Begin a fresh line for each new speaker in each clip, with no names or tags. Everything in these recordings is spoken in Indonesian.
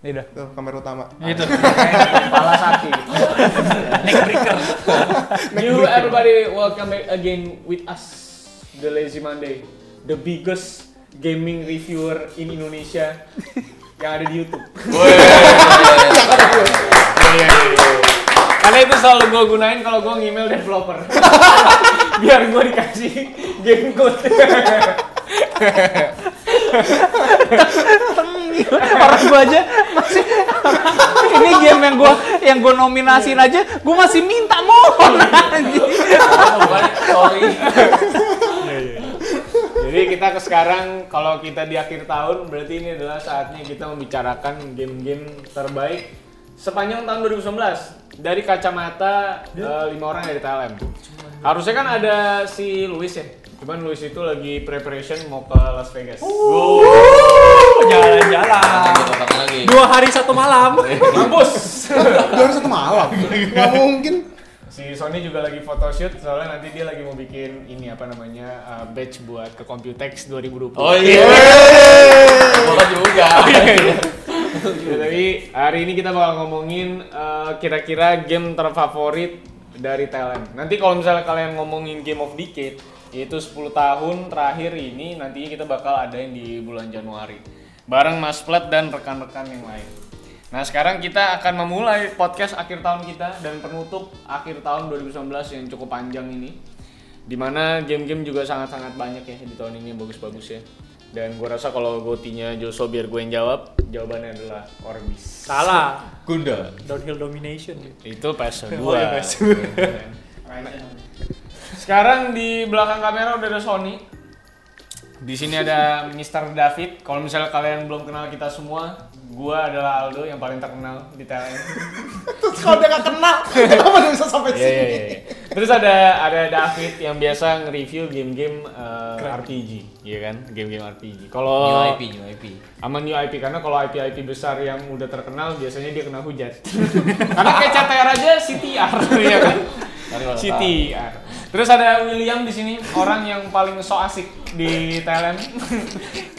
Ini dah.
Tuh, kamera utama.
Gitu.
Kepala sakit.
You everybody welcome back again with us The Lazy Monday, the biggest gaming reviewer in Indonesia yang ada di YouTube. Karena itu selalu gue gunain kalau gue ngemail developer. Biar gue dikasih game code.
Orang gua aja masih ini game yang gua yang gua nominasin aja gua masih minta mohon anjing.
Sorry. Jadi kita ke sekarang kalau kita di akhir tahun berarti ini adalah saatnya kita membicarakan game-game terbaik sepanjang tahun 2019 dari kacamata eh, lima orang dari TLM. Harusnya kan ada si Luis ya. Cuman Luis itu lagi preparation mau ke Las Vegas.
Jalan-jalan.
Kotak lagi.
Dua hari satu malam.
Mampus.
Dua hari satu malam.
Iya.
Nggak mungkin.
Si Sony juga lagi photoshoot soalnya nanti dia lagi mau bikin ini apa namanya eh, batch buat ke Computex 2020.
Oh iya. Bola juga.
Oh, iya. Ya, tapi hari ini kita bakal ngomongin eh, kira-kira game terfavorit dari TLM. Nanti kalau misalnya kalian ngomongin Game of Decade, yaitu 10 tahun terakhir ini nantinya kita bakal adain di bulan Januari. Bareng Mas Plat dan rekan-rekan yang lain. Nah sekarang kita akan memulai podcast akhir tahun kita dan penutup akhir tahun 2019 yang cukup panjang ini dimana game-game juga sangat-sangat banyak ya di tahun ini bagus-bagus ya dan gue rasa kalau gotinya Joso biar gue yang jawab jawabannya adalah Orbis
Salah.
Gunda.
Downhill domination.
itu PS2 sekarang di belakang kamera udah ada Sony di sini ada Mr. David kalau misalnya kalian belum kenal kita semua gue adalah Aldo yang paling terkenal di TLM
Terus kalau dia nggak kenal, kenapa dia bisa sampai
Iya, iya,
sini?
iya. Terus ada ada David yang biasa nge-review game-game eh, RPG, iya kan? Game-game RPG. Kalau
New IP, new IP.
sama new IP karena kalau IP IP besar yang udah terkenal biasanya dia kena hujat. karena kayak CTR aja CTR ya kan?
Ntar kalau tahu.
CTR. Terus ada William di sini orang yang paling so asik di Thailand.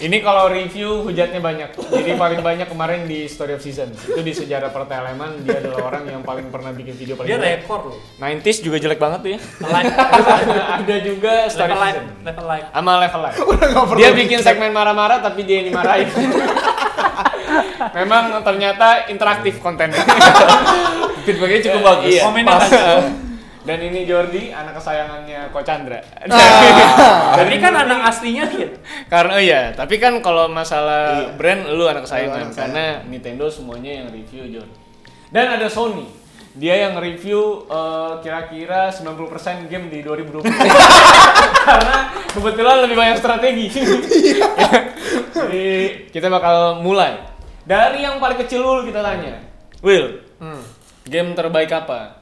Ini kalau review hujatnya banyak. Jadi paling banyak kemarin di Story of Season. Itu di sejarah perteleman dia adalah orang yang paling pernah bikin video paling
Dia
banyak.
rekor loh.
90s juga jelek banget tuh ya.
Line,
ada juga story
level line,
season.
level line.
Sama level live.
nggak perlu
Dia bikin segmen marah-marah tapi dia yang dimarahin. Memang ternyata interaktif kontennya.
Feedbacknya cukup bagus.
Iya.
Komennya
Pas.
tadi.
Dan ini Jordi, anak kesayangannya Ko Chandra.
Tapi kan anak aslinya dia.
Karena oh iya, tapi kan kalau masalah brand lu anak
Lu
kesayangan
anak
karena Nintendo semuanya yang review John. Dan ada Sony. Dia yang review eh, kira-kira 90% game di 2020. karena kebetulan lebih banyak strategi. Jadi kita bakal mulai dari yang paling kecil dulu kita tanya. Will, game terbaik apa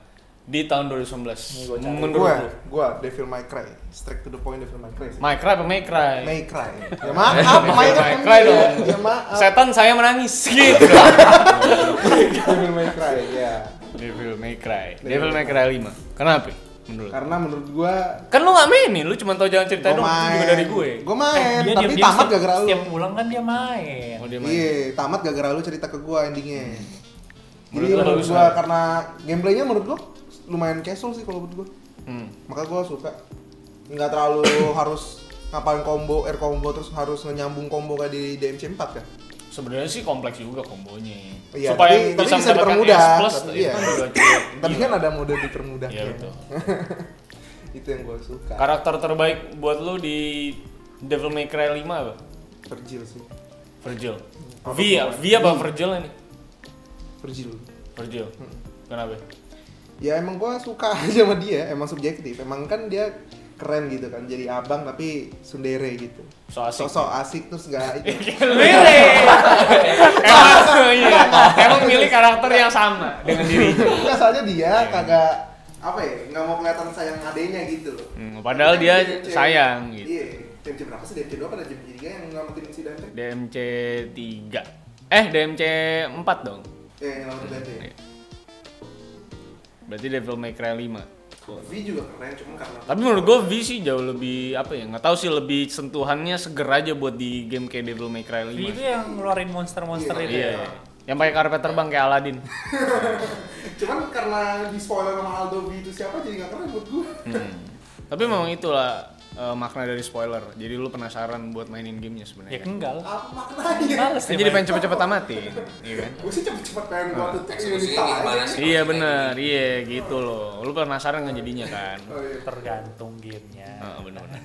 di tahun 2019? Menurut
Gue,
lu?
gue Devil May Cry. Straight to the point Devil May Cry. sih.
Minecraft apa Minecraft?
May Cry. Ya maaf, May
Devil
kan
May Cry
dia.
dong.
Ya maaf.
Setan saya menangis gitu.
Devil May Cry, ya.
Devil May Cry. Devil May Cry 5. Kenapa? Menurut.
Karena menurut gue,
Kan lu gak mainin, lu cuma tau jalan cerita
gue
dong juga
main.
dari gue. Eh,
Gue main,
Dia
tapi
diam-diam
tamat
setiap-
gak gara lu.
Setiap pulang kan dia main.
Oh, dia main.
Iya, tamat gak gara lu cerita ke gue endingnya.
Hmm. Menurut
Jadi
lu
menurut
bagus
gue,
banget.
karena gameplaynya menurut gue lumayan casual sih kalau menurut gue.
Hmm.
Maka gue suka. Nggak terlalu harus ngapalin combo, air combo, terus harus nyambung combo kayak di DMC 4 kan.
Sebenarnya sih kompleks juga kombonya.
Iya,
Supaya
tapi- tapi
bisa,
bisa
mendapatkan
dipermudah,
S plus,
tapi
itu
iya.
kan juga cukup
Tapi
gila.
kan ada mode dipermudah.
Iya, betul.
itu yang gue suka.
Karakter terbaik buat lu di Devil May Cry 5 apa?
Virgil sih.
Virgil.
Apa
V, ya? V apa Virgil ini?
Virgil.
Virgil. Kenapa?
Ya emang gue suka aja sama dia, emang subjektif. Emang kan dia keren gitu kan, jadi abang tapi sundere gitu.
So asik.
Sosok asik terus gak itu.
emang, iya. emang milih karakter yang sama dengan dirinya.
Enggak soalnya dia
Iya.
kagak apa ya, nggak mau kelihatan sayang adenya gitu loh. kan
Hmm, padahal dia sayang gitu.
Iya, DMC berapa sih? DMC 2 apa DMC 3 yang ngamatin si Dante? Eh,
DMC 3. Eh, DMC 4 dong.
Eh, yang ngamatin Dante
Iya.
ya?
Berarti Devil May Cry 5.
V juga keren, cuman karena
Tapi menurut gue V sih jauh lebih apa ya? Nggak tahu sih lebih sentuhannya seger aja buat di game kayak Devil May Cry
Dia
5.
itu yang ngeluarin monster-monster
Iya.
itu.
Iya.
ya.
Yang pakai karpet terbang kayak Aladin.
Cuman karena di spoiler sama Aldo B itu siapa jadi gak keren buat gue.
Hmm. Tapi memang itulah eh, makna dari spoiler. Jadi lu penasaran buat mainin gamenya
Ya
sebenarnya. kan?
enggak lah.
Apa maknanya?
Males
Kan
dia
jadi
main.
pengen cepet-cepet amatin, iya kan?
Gue sih cepet-cepet pengen
Nah,
buat tuh tek
Eksekusinya gimana sih?
Iya bener, iya gitu loh. Lu penasaran kan jadinya kan?
Oh iya.
tergantung gamenya.
Heeh, Ah, bener-bener.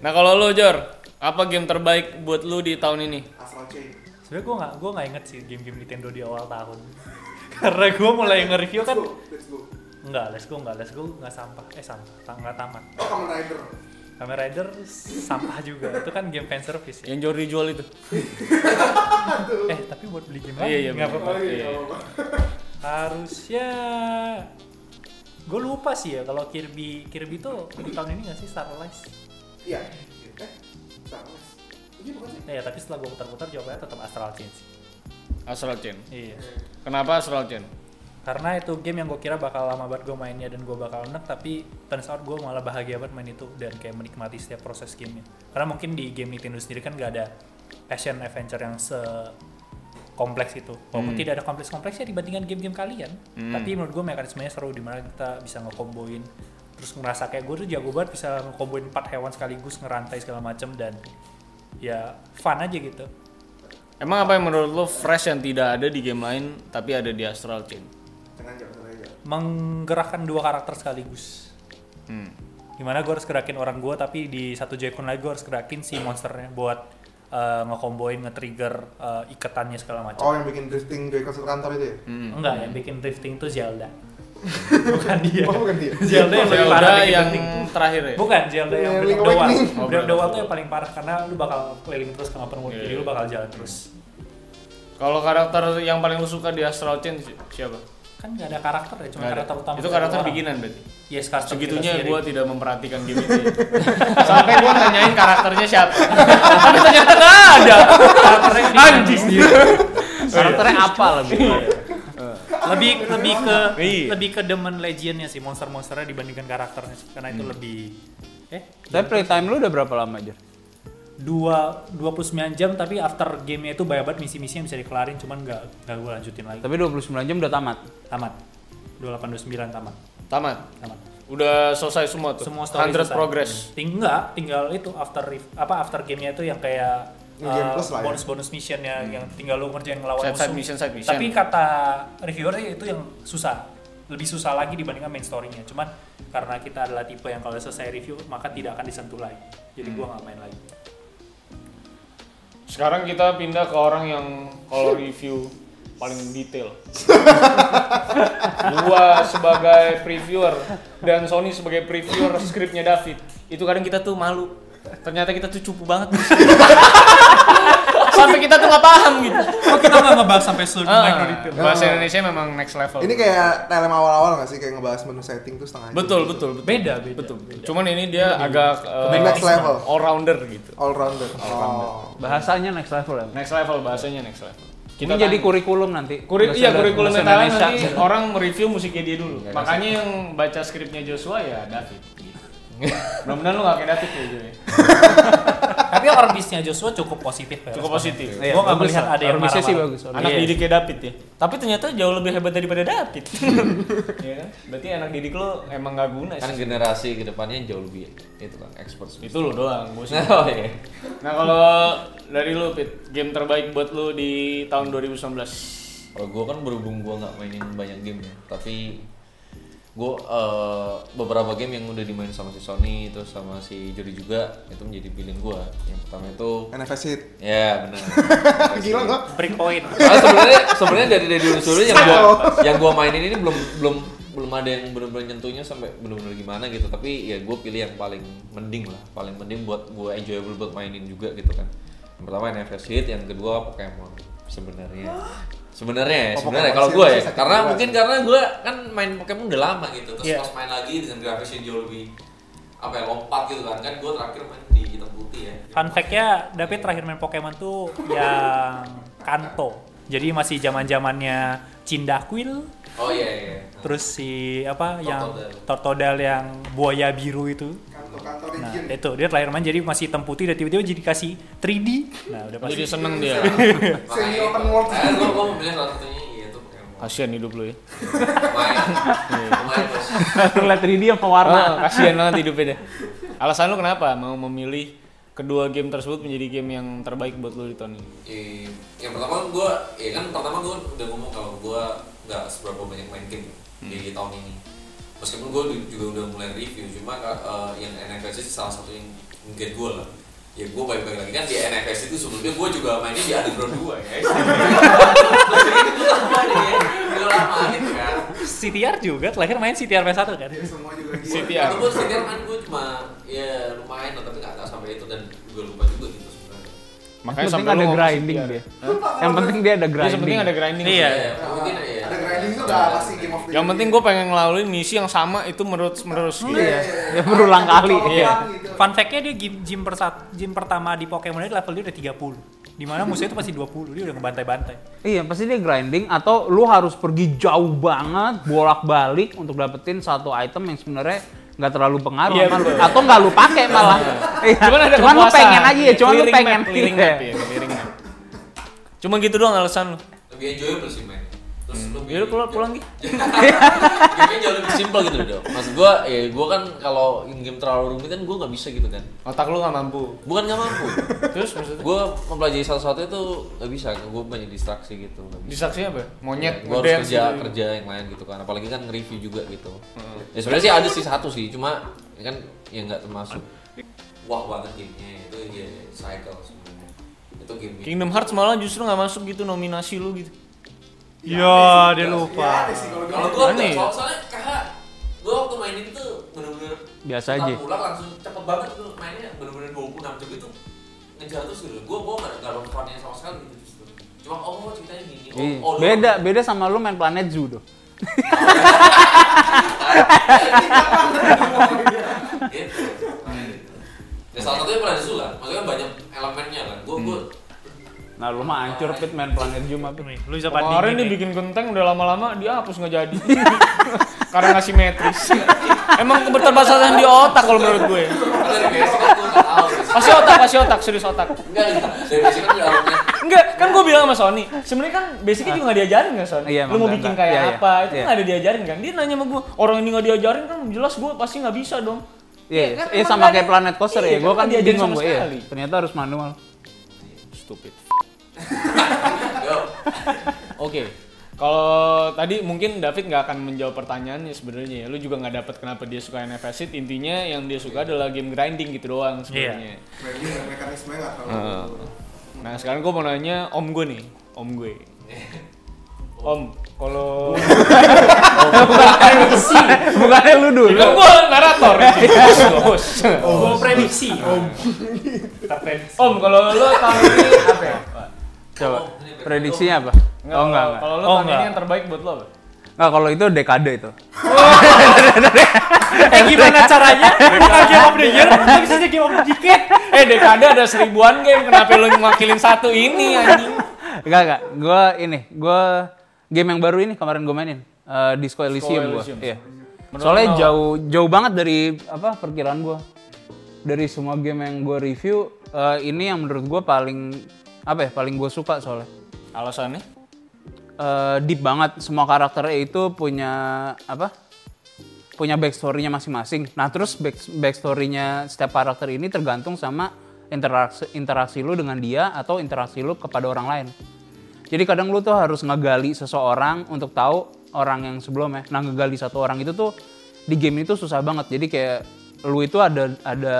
Nah kalau lu Jor, apa game terbaik buat lu di tahun ini?
Astral Chain.
Sebenernya gue gak, gua nggak inget sih game-game Nintendo di awal tahun Karena gue mulai nge-review
Let's
kan
go, let's go.
Enggak, let's go, enggak, let's go, enggak sampah Eh sampah, ta- enggak tamat
Oh, Kamen Rider.
Kamen Rider sampah juga, itu kan game fanservice ya
Yang Jor dijual itu?
Eh tapi buat beli game lagi,
Iya, iya,
nggak
bener.
apa-apa
Oh
Iya.
iya, gak apa-apa.
Harusnya Gue lupa sih ya kalau Kirby Kirby tuh di tahun ini gak sih Starlight?
Iya. Eh, Star Wars. Iya bukan sih?
Nah, ya tapi setelah gue putar-putar jawabannya tetap Astral Chain sih.
Astral Chain.
Iya.
Eh.
Kenapa Astral Chain?
Karena itu game yang gue kira bakal lama banget gue mainnya dan gue bakal enak tapi turns out gue malah bahagia banget main itu dan kayak menikmati setiap proses gamenya. Karena mungkin di game Nintendo sendiri kan gak ada action adventure yang se kompleks itu. Walaupun
Hmm.
tidak ada kompleks-kompleksnya dibandingkan game-game kalian,
Hmm.
tapi menurut gue mekanismenya seru dimana kita bisa ngekomboin terus ngerasa kayak gue tuh jago banget bisa ngekomboin empat hewan sekaligus ngerantai segala macem dan ya fun aja gitu.
Emang apa yang menurut lu fresh yang tidak ada di game lain tapi ada di Astral Chain?
Tenang aja, tenang aja.
Menggerakkan dua karakter sekaligus.
Hmm.
gimana gue harus gerakin orang gue tapi di satu joycon lagi gue harus gerakin si monsternya buat eh, ngekomboin nge-trigger eh, iketannya segala macam Hmm.
Oh, yang bikin drifting dari konser kantor itu ya?
enggak yang bikin drifting tuh Zelda bukan dia
Oh, bukan dia.
Zelda yang lebih parah
Zelda
bikin
yang
drifting.
terakhir ya?
bukan Zelda yang
Yang
Breath of
Link
the Wild
Awakening.
Oh,
Breath of the
Breath of
Wild tuh
the
yang paling parah karena lu bakal keliling terus ke open world
Iya,
jadi
iya.
lu bakal jalan terus
Kalau karakter yang paling lu suka di Astral Chain si- siapa?
kan gak ada karakter ya cuma
Nggak ada.
karakter utama
Itu
satu
karakter
orang.
bikinan berarti.
yes karakter kita
Segitunya
sendiri.
gue tidak memperhatikan game itu. ya. Sampai gue nanyain karakternya siapa.
Ah,
Tapi ternyata nggak ada.
karakternya
Anjing.
karakternya apa lebih lebih lebih ke
Iya.
lebih ke demen legendnya sih monster monsternya dibandingkan karakternya sih. karena itu lebih eh
Tapi playtime lu udah berapa lama, Jer?
dua 29 jam tapi after gamenya itu banyak banget misi-misi yang bisa dikelarin cuman nggak nggak gue lanjutin lagi
Tapi 29 jam udah tamat.
tamat 28 29 tamat
Tamat.
tamat
Udah selesai semua tuh.
semua story
100
selesai.
progress.
tinggal tinggal itu after ref- apa after gamenya itu yang kayak
New game plus lah ya.
bonus bonus mission ya yang tinggal lu ngerjain ngelawan
Side-
musuh
side mission, side mission.
tapi kata reviewer sih itu yang susah lebih susah lagi dibandingkan main storynya cuman karena kita adalah tipe yang kalau selesai review maka tidak akan disentuh lagi jadi
Hmm.
gua nggak main lagi
Sekarang kita pindah ke orang yang kalau review paling detail. Gua sebagai previewer dan Sony sebagai previewer skripnya David. Itu kadang kita tuh malu. Ternyata kita tuh cupu banget. di sini. Sampai kita tuh nggak paham gitu.
oh, kita nggak ngebahas sampai seluruh micro
Ah,
detail
bahasa Indonesia memang next level.
Ini kayak telem awal-awal gak sih? Kayak ngebahas menu setting tuh setengah jam.
betul, betul, betul.
beda beda
Betul. Cuman ini dia agak eh,
Next level.
all rounder gitu.
All rounder. Oh.
Bahasanya next level ya.
Next level bahasanya next level.
Ini
tanya.
jadi kurikulum nanti.
Kurik,
Bahasa-
kan iya kurikulum
bahasa
Thailand
Indonesia.
nanti orang mereview musiknya dia dulu. Makanya yang baca skripnya Joshua ya David. Gitu. Mudah-mudahan lu gak kayak David ya Joy.
tapi orbisnya Joshua cukup positif ya
Cukup positif.
Iya, gua nggak
bagus
melihat
lah.
ada yang
Orbisnya
marah
sih bagus, orbis.
Anak
Iya.
didiknya David ya. Tapi ternyata jauh lebih hebat daripada David. Iya kan? Berarti anak didik lu emang gak guna
Kan
sih.
generasi kedepannya jauh lebih itu kan expert.
Itu lu doang, gue sih.
Oh iya.
Nah kalau dari lu Pit, game terbaik buat lu di tahun 2019
Kalau gue kan berhubung gue nggak mainin banyak game ya, tapi gue beberapa game yang udah dimain sama si Sony terus sama si Jody juga itu menjadi pilihan gue. Yang pertama itu
NFS hit.
ya benar.
Kan Gila gak?
Iya.
break point
Soalnya Ah, sebenarnya sebenarnya dari dari dulu dulu yang gua yang gua mainin ini belum belum belum ada yang benar-benar nyentuhnya sampai benar-benar gimana gitu tapi ya gue pilih yang paling mending lah paling mending buat gue enjoyable buat mainin juga gitu kan yang pertama NFS hit yang kedua Pokemon sebenarnya sebenarnya ya,
Oh,
sebenarnya
Pokemon
kalau
sih,
gue
sih
ya
sakit
karena
juga
mungkin
sih.
karena gue kan main Pokemon udah lama gitu terus
Iya.
pas main lagi dengan grafisnya jauh lebih apa ya lompat gitu kan kan gue terakhir main di hitam putih ya
Fun fact-nya, David terakhir main Pokemon tuh yang Kanto. Jadi masih zaman zamannya Cyndaquil,
oh iya iya
terus si apa yang
Tortodile.
Tortodile yang buaya biru itu.
Kantor-kantor
Nah,
region.
itu dia terakhir main jadi masih hitam putih dan tiba-tiba jadi kasih 3D. Nah, udah pasti.
Jadi seneng dia.
Semi open world.
Makanya gue Eh, mau pilih salah satunya
Kasian hidup lu ya.
Lumayan. Lumayan, Bos.
Lihat 3D apa warna?
Ah, kasian banget hidupnya deh. Alasan lu kenapa mau memilih kedua game tersebut menjadi game yang terbaik buat lu di tahun ini?
Eh, yang pertama gue ya kan pertama gue udah ngomong kalau gue nggak seberapa banyak main game di tahun ini meskipun gue juga udah mulai review cuma eh, yang NFS itu salah satu yang mungkin gue lah ya gue baik-baik lagi kan di NFS itu sebelumnya gue juga mainnya di Underground 2 ya maksudnya itu lama nih ya itu lama gitu kan
CTR juga terakhir main CTR PS1 kan.
Jadi semua juga gitu.
CTR.
Ataupun setiap main gue kan cuma ya lumayan lah tapi nggak nggak sampai itu dan gue lupa juga gitu sebenarnya.
Yang penting ada
lu ngomong
grinding
CTR.
dia. Yang penting dia ada
Iya, yang
grinding.
penting ada grinding.
Iya.
Ya, mungkin ya.
Ada grinding itu udah pasti game of the
Yang
year.
penting gue pengen ngelaluin misi yang sama itu menurut menurut gitu.
Iya.
Ya, berulang kali.
Iya.
Gitu.
Fun fact-nya dia gym, gym, persa- gym pertama di Pokemon itu level dia udah 30. Dimana musuhnya itu masih 20, dia udah ngebantai-bantai.
Iya, pasti dia grinding atau lu harus pergi jauh banget bolak-balik untuk dapetin satu item yang sebenarnya nggak terlalu pengaruh
Iya,
sama lu.
betul.
atau nggak lu pakai malah. Iya.
Cuman ada
lu
kepuasan.
pengen aja ya, cuman lu
Clearing
pengen.
map, clearing
Iya.
map ya, clearing map. Cuma gitu doang alasan lu.
lebih enjoyable sih main. Terus lebih
Hmm. Yaudah pulang pulang Gi.
Gamenya jauh lebih simpel gitu dong. Mas gue, ya gue kan kalau game terlalu rumit kan gue nggak bisa gitu kan.
Otak lu gak mampu.
Bukan nggak mampu.
Terus maksudnya
gue mempelajari satu-satu itu nggak bisa. Gue banyak distraksi gitu. Nggak bisa.
disaksinya apa? Monyet,
gue harus
ngedance
kerja
gitu.
kerja yang lain gitu kan. Apalagi kan nge-review juga gitu. Ya sebenarnya sih ada sih satu sih, cuma kan yang nggak termasuk. Wah banget gamenya itu ya cycle sebenarnya. Itu game
Kingdom Hearts malah justru gak masuk gitu nominasi lu gitu.
Ya, dia
Ya, ada
lupa.
sih kalau
Kalau
gitu.
gua
Aneh
enggak,
ya?
soal soalnya kakak gua waktu mainin itu bener-bener
Biasa
setelah
aja.
pulang langsung cepet banget tuh mainnya bener-bener 26 jam itu ngejar terus gitu. Gua gua enggak enggak ada fun-nya sama sekali gitu justru. Cuma oh ceritanya gini. Oh,
Iya.
oh lu-
Beda, beda sama lu main Planet Zoo tuh.
Gitu. Nah, gitu. Ya salah satunya Planet Zoo lah. Maksudnya banyak elemennya kan. Gua gua
Hmm. Nah, lu mah hancur pit main Planet Zoo mah.
Iya,
Pit.
Nih, lu bisa
Kemarin
bandingin.
dia
nih.
bikin genteng udah lama-lama dihapus nggak jadi. Karena nggak simetris. Emang keterbatasan di otak kalau menurut gue.
dari basic kan gua enggak tahu. basic.
Pasti otak, pasti otak, serius otak.
Enggak, enggak. Dari basic kan udah elemen.
Enggak, kan gue bilang sama Sony, sebenarnya kan basicnya juga nggak diajarin kan Sony. Lu
Iya, emang
mau
nggak,
bikin
nggak.
kayak
Iya, iya.
apa? Itu
Iya.
nggak ada diajarin kan? Dia nanya sama gue, orang ini nggak diajarin kan jelas gue pasti nggak bisa dong.
Iya,
kan
iya
emang
sama
nggak
kayak
ada-
Planet Coaster
iya,
ya. Gua kan
nggak diajarin
bingung
sama
gue iya.
sekali.
Ternyata harus manual.
Stupid.
Yo.
Oke. Kalau tadi mungkin David nggak akan menjawab pertanyaannya sebenarnya ya. Lu juga nggak dapat kenapa dia suka NFS It. Intinya yang dia suka adalah game grinding gitu doang sebenarnya.
Grinding dan mekanismenya nggak terlalu.
Nah sekarang gue mau nanya om gue nih, om gue. Om, kalau
Bukannya lu dulu.
kan gue narator, di sini. Bos, bos.
Gua Oh, prediksi. Kita prediksi.
Om, kalau lo tahun ini apa? ya?
Oh,
Coba prediksinya apa?
Nggak,
Oh enggak
kalau-
enggak.
Kalau lo
Oh,
tahun ini
nggak.
yang terbaik buat lo apa?
Enggak kalau itu dekade itu.
Eh gimana caranya? Bukan Game of the Year, tapi bisa jadi Game of the Decade.
Eh dekade ada seribuan game, kenapa lo ngwakilin satu ini anjing?
Enggak enggak. Gua ini, gua game yang baru ini kemarin gua mainin. Eh, Disco Elysium gua.
Elysium.
Iya.
Menurut
Soalnya
lo-
jauh jauh banget dari apa perkiraan gua. Dari semua game yang gua review, eh, ini yang menurut gua paling apa ya? Paling gua suka soalnya.
Alasannya?
Eh, deep banget semua karakternya itu punya apa punya backstory-nya masing-masing. Nah terus back backstory-nya setiap karakter ini tergantung sama interaksi interaksi lu dengan dia atau interaksi lu kepada orang lain. Jadi kadang lu tuh harus ngegali seseorang untuk tahu orang yang sebelumnya. Nah ngegali satu orang itu tuh di game itu susah banget. Jadi kayak lu itu ada ada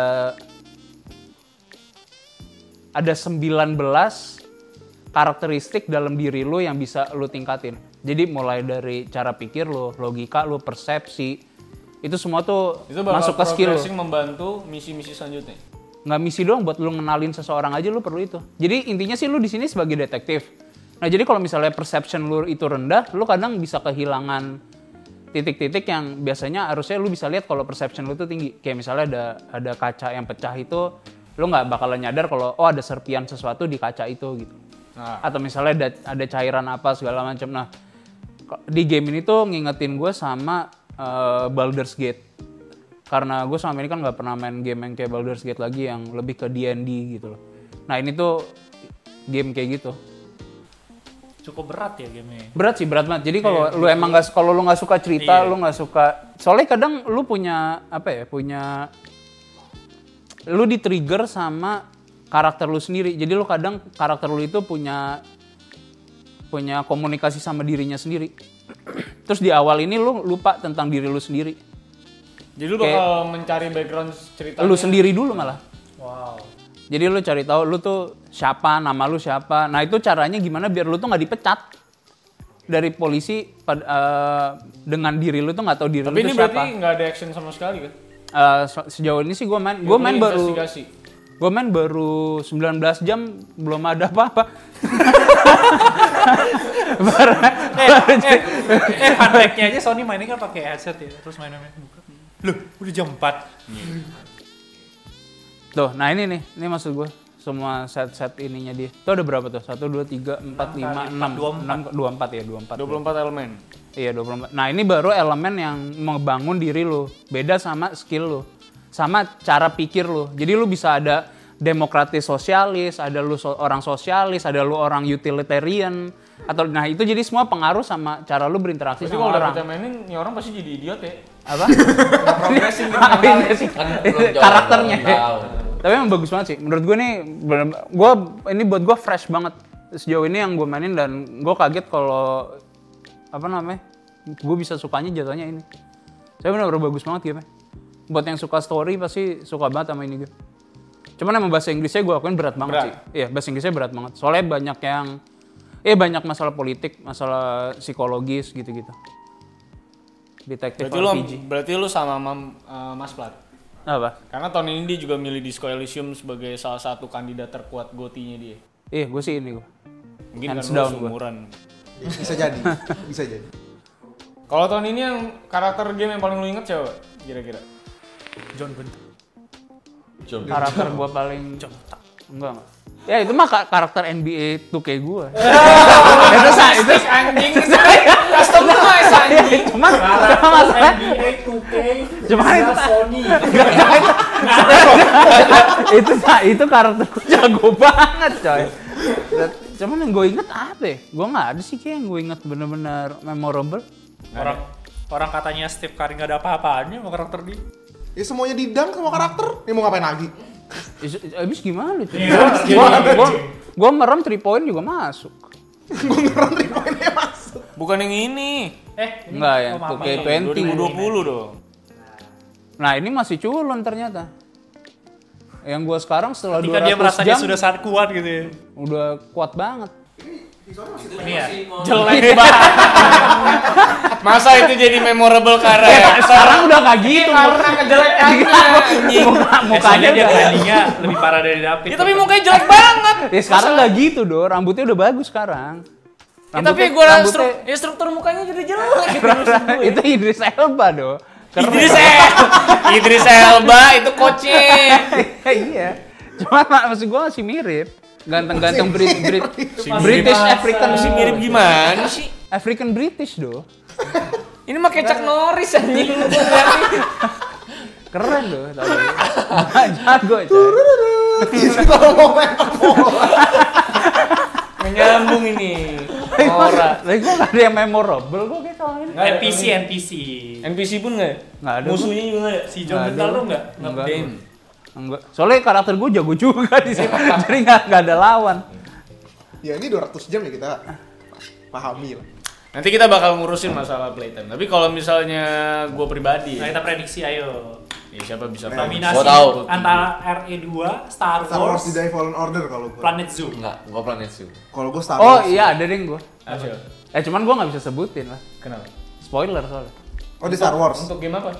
ada 19 karakteristik dalam diri lu yang bisa lu tingkatin. Jadi mulai dari cara pikir lu, logika lu, persepsi, itu semua tuh
Itu bakal
masuk ke skill lu.
progressing membantu misi-misi selanjutnya.
Nggak misi doang buat lu ngenalin seseorang aja lu perlu itu. Jadi intinya sih lu di sini sebagai detektif. Nah, jadi kalau misalnya perception lu itu rendah, lu kadang bisa kehilangan titik-titik yang biasanya harusnya lu bisa lihat kalau perception lu tuh tinggi. Kayak misalnya ada ada kaca yang pecah itu, lu nggak bakalan nyadar kalau oh ada serpian sesuatu di kaca itu gitu
Nah,
atau misalnya ada, ada cairan apa segala macam nah ko- di game ini tuh ngingetin gue sama eh, Baldur's Gate karena gue selama ini kan nggak pernah main game yang kayak Baldur's Gate lagi yang lebih ke D&D gitu loh nah ini tuh game kayak gitu
cukup berat ya gamenya.
berat sih berat banget jadi kalau lu emang nggak kalau lu nggak suka cerita lu nggak suka soalnya kadang lu punya apa ya punya lu di trigger sama karakter lu sendiri jadi lu kadang karakter lu itu punya punya komunikasi sama dirinya sendiri terus di awal ini lu lupa tentang diri lu sendiri
Jadi lu bakal mencari background cerita
lu sendiri dulu malah
Wow.
jadi lu cari tahu lu tuh siapa nama lu siapa nah itu caranya gimana biar lu tuh nggak dipecat dari polisi pad- eh, dengan diri lu tuh nggak tahu diri
Tapi
lu
ini
tuh siapa
berarti nggak ada action sama sekali kan?
Eh, se- sejauh ini sih gue main gue
Ini
main baru
investigasi.
gue main baru 19 jam belum ada apa-apa Baru-
Eh, eh, eh, fun fact-nya
Iya.
aja Sony mainnya kan pakai headset ya, terus main-main buka. Loh, udah jam 4.
tuh nah ini nih ini maksud gue semua set-set ininya dia tuh ada berapa tuh satu dua tiga empat lima enam enam dua empat ya dua empat
24 elemen.
Iya 24. Nah ini baru elemen yang membangun diri lo. Beda sama skill lo. Sama cara pikir lo. Jadi lo bisa ada demokratis sosialis, ada lu so- orang sosialis, ada lu orang utilitarian. Atau nah itu jadi semua pengaruh sama cara lu berinteraksi
Jadi kalau
sama
udah
orang.
kita mainin, ya orang pasti jadi idiot ya.
Nah. Apa?
Progressing gitu.
Apa ini sih? Iya,
Kan belum jauh,
Karakternya.
belum tahu.
Tapi emang bagus banget sih. Menurut gue nih, bener- gua ini buat gue fresh banget sejauh ini yang gue mainin dan gue kaget kalau apa namanya, gue bisa sukanya jatuhnya ini. Saya benar-benar bagus banget game Buat yang suka story pasti suka banget sama ini gue. Cuman emang bahasa Inggrisnya gue akuin berat banget
Berat.
sih. Iya bahasa Inggrisnya berat banget. Soalnya banyak yang, eh banyak masalah politik, masalah psikologis gitu-gitu. Detektif
Berarti lu,
RPG.
berarti lu sama Mam- eh, Mas Plat.
Apa?
Karena tahun ini dia juga milih Disco Elysium sebagai salah satu kandidat terkuat gotinya dia.
Iya gue sih ini gue.
Mungkin
Hands
karena
down
lu
gua.
seumuran.
Bisa jadi, bisa jadi.
Kalau tahun ini yang karakter game yang paling lu inget siapa? Kira-kira.
John bentar.
Jom.
karakter gua paling enggak enggak ya itu mah ka- karakter NBA 2K gua Ya, itu sa itu
Anjing, customize anjing.
Iya, cuma cuma masalah cuma itu
Sony.
itu sa- itu karakter gua jago banget coy Dan- cuman yang gue inget apa ya? gue nggak ada sih kayak yang gue inget bener-bener memorable
Orang orang katanya Steve Curry nggak ada apa-apaannya sama karakter dia.
Ya semuanya didang sama karakter. Ini mau ngapain lagi?
Is- abis gimana itu gua gua gua merem 3 point juga masuk
Gue ngerem repoinnya masuk.
Bukan yang ini.
Eh, ini
enggak ya
kok mama
2K20
2020 dong.
nah ini masih culun ternyata yang gua sekarang setelah
Ketika kan dia
200
merasa dia
jam
sudah sangat kuat gitu ya.
udah kuat banget
Ini ya.
Jelek banget. Masa itu jadi memorable karena
Iya,
ya?
sekarang udah kayak gitu
Karena kejelekannya anjing.
muka mukanya
Mukanya dia
udah
tandingnya lebih parah dari David.
Ya, tapi mukanya jelek banget.
ya sekarang nggak gitu dong rambutnya udah bagus sekarang
Ya, tapi
Rambutnya-
gue
rambutnya-
stru ya, struktur mukanya jadi jelek. gitu.
itu Idris Elba dong Keren.
Idris Elba, Idris Elba "Ah, itu coachnya.
iya cuma mak- maksud gue masih mirip ganteng-ganteng Brit- Brit- British African
Masih mirip
gitu.
gimana sih?
African British do
Ini mah kecak Norris anjing.
keren do tau gak? jago coy.
Itu kalau mau main
Menyambung ini.
Tapi gua-
Ora.
tapi gue gak ada yang memorable gue kayak tahun ini
NPC NPC.
NPC pun enggak?
Nggak ada.
Musuhnya juga nggak? ya?
Si John bentar lu enggak?
Enggak.
Dame.
Enggak. Soalnya karakter gue jago juga di sini. Jadi nggak nggak ada lawan.
Ya ini 200 jam ya kita pahami lah.
Nanti kita bakal ngurusin masalah playtime. Tapi kalau misalnya gue pribadi,
Nah,
ya,
kita prediksi ayo.
ya siapa bisa tahu?
Nominasi
Gua tahu.
antara RE2, Star
Star Wars
Wars,
Jedi Fallen Order kalau gue.
Planet Zoo.
Enggak, gua planet sih.
Kalau gue Star
Oh
Wars.
iya ada deh gue.
Ayo,
Eh cuman gue nggak bisa sebutin lah.
kenapa?
Spoiler soalnya.
Oh di Star Wars.
Untuk game apa?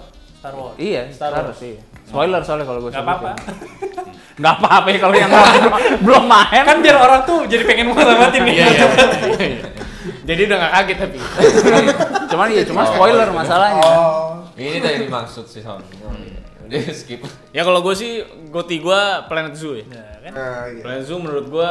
Star Wars.
Iya,
Star
harus iya. Spoiler soalnya kalau gue
Gak
sebutin.
apa-apa.
Nggak apa-apa ya kalau yang belum, belum main.
Kan biar orang tuh jadi pengen mau sama tim
Iya,
ya.
iya. Jadi udah gak kaget tapi.
cuman iya, cuman spoiler masalahnya.
Oh.
Ini tadi dimaksud sih sama. Dia skip.
ya kalau gue sih, goti gue Planet Zoo ya.
Nah, kan.
Nah, iya.
Planet Zoo menurut gue,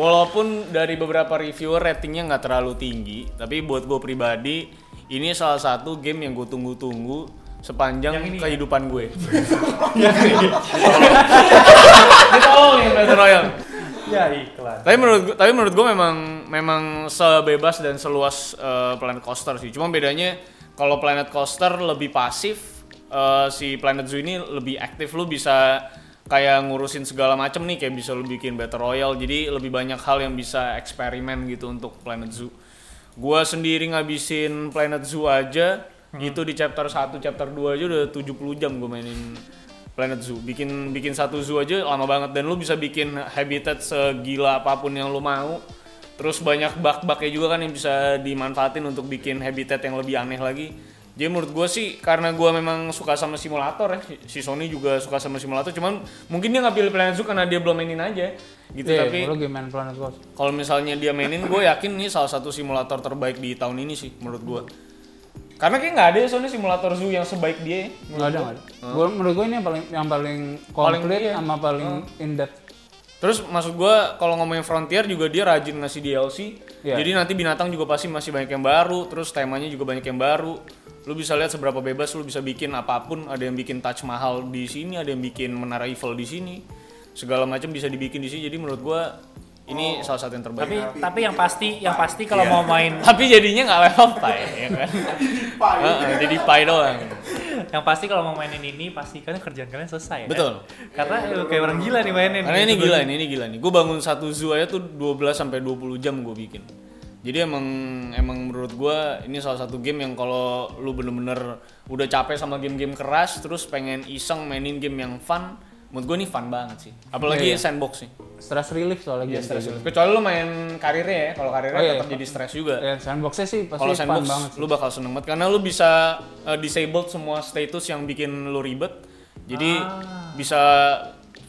walaupun dari beberapa reviewer ratingnya nggak terlalu tinggi, tapi buat gue pribadi, ini salah satu game yang gue tunggu-tunggu sepanjang kehidupan gue. Ditolong yang Battle Royale.
Ya iklan.
Tapi menurut gua- tapi menurut gue memang memang sebebas dan seluas eh, Planet Coaster sih. Cuma bedanya kalau Planet Coaster lebih pasif, eh, si Planet Zoo ini lebih aktif. Lu bisa kayak ngurusin segala macem nih, kayak bisa lu bikin Battle Royale. Jadi lebih banyak hal yang bisa eksperimen gitu untuk Planet Zoo. Gua sendiri ngabisin Planet Zoo aja, itu di chapter 1, chapter 2 aja udah 70 jam gue mainin Planet Zoo. Bikin bikin satu zoo aja lama banget dan lu bisa bikin habitat segila apapun yang lu mau. Terus banyak bak-baknya juga kan yang bisa dimanfaatin untuk bikin habitat yang lebih aneh lagi. Jadi menurut gue sih karena gue memang suka sama simulator ya, si Sony juga suka sama simulator. Cuman mungkin dia nggak pilih Planet Zoo karena dia belum mainin aja gitu. tapi
Lu gimana Planet Coaster?
kalau misalnya dia mainin gue yakin nih salah satu simulator terbaik di tahun ini sih menurut gue. Karena kayak nggak ada ya soalnya simulator zoo yang sebaik dia. ya.
Nggak ada, nggak ada. Gua, menurut gue ini yang paling yang paling komplit
iya.
sama paling in depth.
Terus maksud gua kalau ngomongin Frontier juga dia rajin ngasih DLC.
Iya.
Jadi nanti binatang juga pasti masih banyak yang baru, terus temanya juga banyak yang baru. Lu bisa lihat seberapa bebas lu bisa bikin apapun, ada yang bikin Taj Mahal di sini, ada yang bikin Menara Eiffel di sini. Segala macam bisa dibikin di sini. Jadi menurut gua ini salah satu yang terbaik.
tapi tapi yang pasti yang pasti kalau mau main
Tapi jadinya nggak level pie, ya kan? Heeh, jadi pie doang.
yang pasti kalau mau mainin ini pasti kalian kerjaan kalian selesai ya.
Betul.
Karena eh, kayak orang gila nih mainin.
Karena ini
Gitu.
gila ini, ini gila nih. Gue bangun satu zoo aja tuh 12 sampai 20 jam gue bikin. Jadi emang emang menurut gue ini salah satu game yang kalau lu bener-bener udah capek sama game-game keras terus pengen iseng mainin game yang fun, menurut gue ini fun banget sih. Apalagi
Iya, iya.
sandbox sih.
Stress relief soalnya
Iya,
game
stress
kayak gitu.
relief. Kecuali lu main karirnya ya, kalau karirnya
Oh, iya,
tetap
iya.
jadi stress juga.
Ya, sandboxnya sih pasti
Kalau
fun
sandbox
banget sih.
lu bakal seneng banget karena lu bisa uh, disable semua status yang bikin lu ribet. Jadi bisa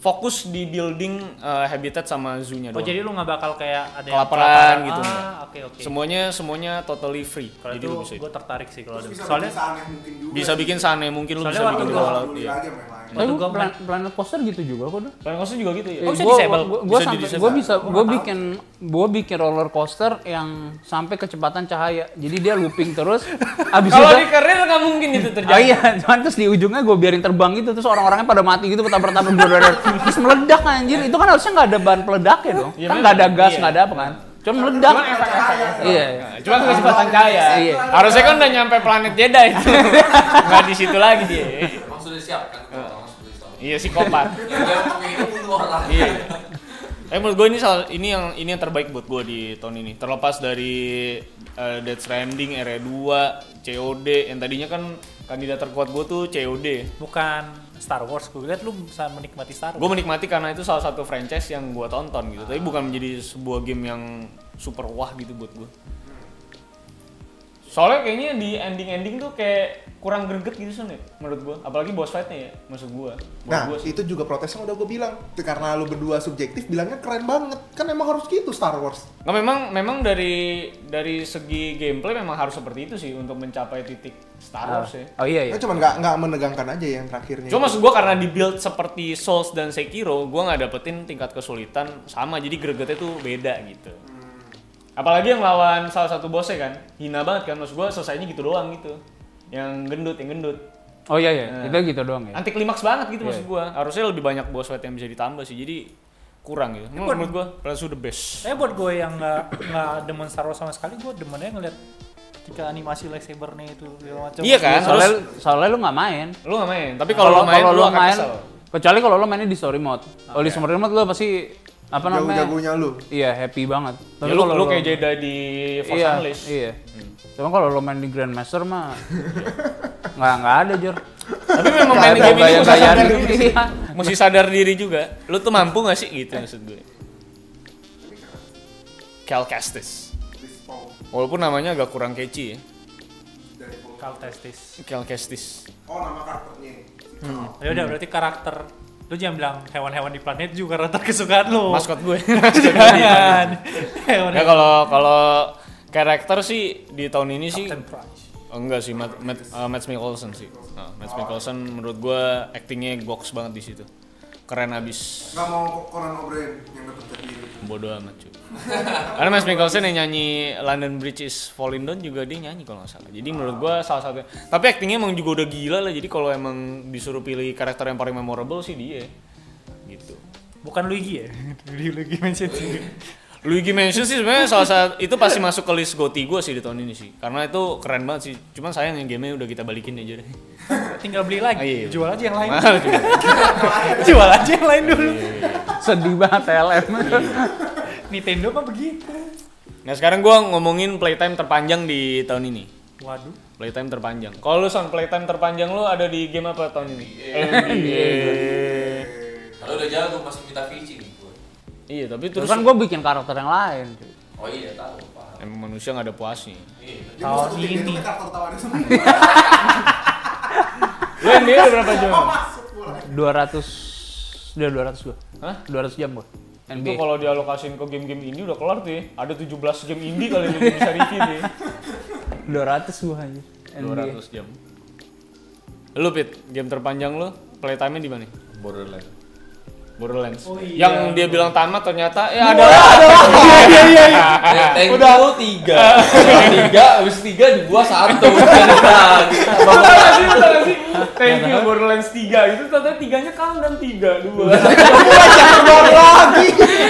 fokus di building uh, habitat sama zoo-nya
Oh
doang.
jadi lu nggak bakal kayak ada
Kelaparan
kelaparan.
gitu,
Ah,
enggak.
Oke oke.
Semuanya semuanya totally free.
Kalau
jadi
itu
lu bisa
gue tertarik sih kalau ada.
Terus bisa
Soalnya
bikin seaneh mungkin juga.
bisa bikin sana mungkin lu
Soalnya
bisa
waktu
bikin
gua-
bawah laut.
Dulu
Iya.
aja main-main.
Tapi
Waktu
gua
gua
Plan- Planet Coaster gitu juga Oh, kok udah.
Planet Coaster juga gitu ya.
bisa
Gua-
disable?
gua- gua
Bisa
sampai
di-disable.
gua bisa
Gua
gua
nggak
bikin gua bikin roller coaster yang sampai kecepatan cahaya. Jadi dia looping terus abis
Kalau
itu
di karir nggak mungkin itu
Ah,
Oh
terjadi.
iya, cuman terus di ujungnya gue biarin terbang gitu, terus orang-orangnya pada mati gitu, bertabrak bertabrak terus meledak anjir, itu kan harusnya nggak ada bahan peledaknya dong,
Iya,
kan nggak ada
memang.
gas,
Iya.
nggak ada apa kan, cuma meledak,
Cuman efek-efek.
iya, iya.
Nah, Cuma kecepatan cahaya.
Iya.
Harusnya kan udah nyampe planet Jedi itu. Nggak di situ lagi dia.
Emang sudah siap kan? Emang sudah siap.
Iya psikopat.
Ya, dia pengen bunuh orang.
Eh menurut gue ini salah, ini yang ini yang terbaik buat gue di tahun ini. Terlepas dari eh, Death Stranding, RE2, COD yang tadinya kan kandidat terkuat gue tuh COD.
bukan Star Wars gue lihat lu bisa menikmati Star
Gue
Wars.
menikmati karena itu salah satu franchise yang gue tonton gitu. Tapi bukan menjadi sebuah game yang super wah gitu buat gue. Soalnya kayaknya di ending-ending tuh kayak kurang greget gitu Sun, ya menurut gue. Apalagi boss fight-nya ya, maksud gue. Buat
Nah,
gua sih.
itu juga protesnya udah gue bilang. Itu Karena lu berdua subjektif, bilangnya keren banget. Kan emang harus gitu Star Wars.
Nah, memang memang dari dari segi gameplay memang harus seperti itu sih untuk mencapai titik Star Wars ya.
oh iya iya,
Nah, cuman nggak nggak menegangkan aja yang terakhirnya.
Cuma maksud gua karena dibuild seperti Souls dan Sekiro, gua nggak dapetin tingkat kesulitan sama jadi gregetnya tuh beda gitu. Apalagi yang lawan salah satu bosnya kan, hina banget kan maksud gua selesainya gitu doang gitu. Yang gendut, yang gendut.
oh iya iya,
Nah.
itu gitu doang ya,
Anti klimaks banget gitu
Iya.
maksud gua. Harusnya lebih banyak boss fight yang bisa ditambah sih. Jadi kurang gitu. Menurut gua Planet Zoo the best.
Saya buat gue yang nggak nggak demen Star Wars sama sekali gue demennya ngeliat ketika animasi lightsaber nih itu segala macam.
Iya kan?
soalnya
Terus
soalnya lu nggak main,
lu nggak main, tapi kalau lu main
Nah, kalau
lu akan kesel.
kecuali kalau lu mainnya di story mode, kalau di story mode lu pasti apa namanya,
jago-jagonya lu.
iya happy banget,
Ya, lu,
kalau
lu kayak Jedi di Force
iya,
Unleashed.
iya, cuma kalau lu main di Grandmaster mah nggak nggak ada jor,
Tapi memang
Nggak
main
ada
game ini mesti
gaya-gayaan
sadar,
gitu sih.
mesti sadar diri juga. Lu tuh mampu gak sih gitu maksud gue. Cal Kestis.
Respawn
Walaupun namanya agak kurang catchy ya.
dari Paul.
Kaltestis.
Cal Kestis.
Oh nama karakternya.
Hmm.
Ya udah berarti karakter lu jangan bilang hewan-hewan di planet juga karakter kesukaan lu.
Maskot gue.
Jangan. hewan
ya kalau kalau karakter sih di tahun ini sih
Captain Price.
enggak sih Matt, Matt, eh, Mads Mikkelsen sih. Nah, Mads Mikkelsen menurut gue actingnya goks banget di situ. Keren abis.
Gak mau Conan O'Brien yang dapat terdiri.
Bodoh amat cuy. Karena Mas Mikkelsen yang nyanyi London Bridge is Falling Down juga dia nyanyi kalau nggak salah. Jadi menurut gua salah satu. Tapi aktingnya emang juga udah gila lah. Jadi kalau emang disuruh pilih karakter yang paling memorable sih dia. Gitu.
Bukan Luigi ya? Luigi Luigi Man City.
Luigi Mansion sih sebenarnya salah satu itu pasti masuk ke list goti gue sih di tahun ini sih. Karena itu keren banget sih. Cuman sayang yang gamenya udah kita balikin aja deh.
Tinggal beli lagi,
Ah, iya, iya.
jual aja yang lain.
Mahal juga.
jual aja yang lain dulu.
iya. Sedih banget TLM.
Iya.
Nintendo mah begitu.
Nah sekarang gue ngomongin playtime terpanjang di tahun ini.
Waduh.
Playtime terpanjang. Kalau lu sang playtime terpanjang lu ada di game apa tahun ini?
Kalau udah jago masih minta VC nih gue.
Iya tapi
Terus
terus
kan gue bikin karakter yang lain.
Oh iya tahu paham. Iya.
emang manusia nggak ada puasnya.
Dia mau gitu,
Tahun
satu tiga
ini.
kita kartu tawaran semua.
Lu NBA udah berapa jam?
Masuk mulai.
200 udah 200 gue.
Hah?
200 jam gue.
Itu
NBA.
kalau dialokasin ke game-game indie udah kelar tuh ya. Ada 17 game indie kali lu bisa review tuh ya.
200 gue aja. NBA.
200 jam. Lu Pit, game terpanjang lu playtime-nya di mana?
Borderland.
Borderlands.
Oh iya.
Yang dia bilang tamat ternyata eh ada. lah.
Tank udah tiga, tiga, habis tiga dibuat satu. Bapak
Tau gak sih? Thank you Borderlands 3 itu ternyata tiganya countdown 3 dua.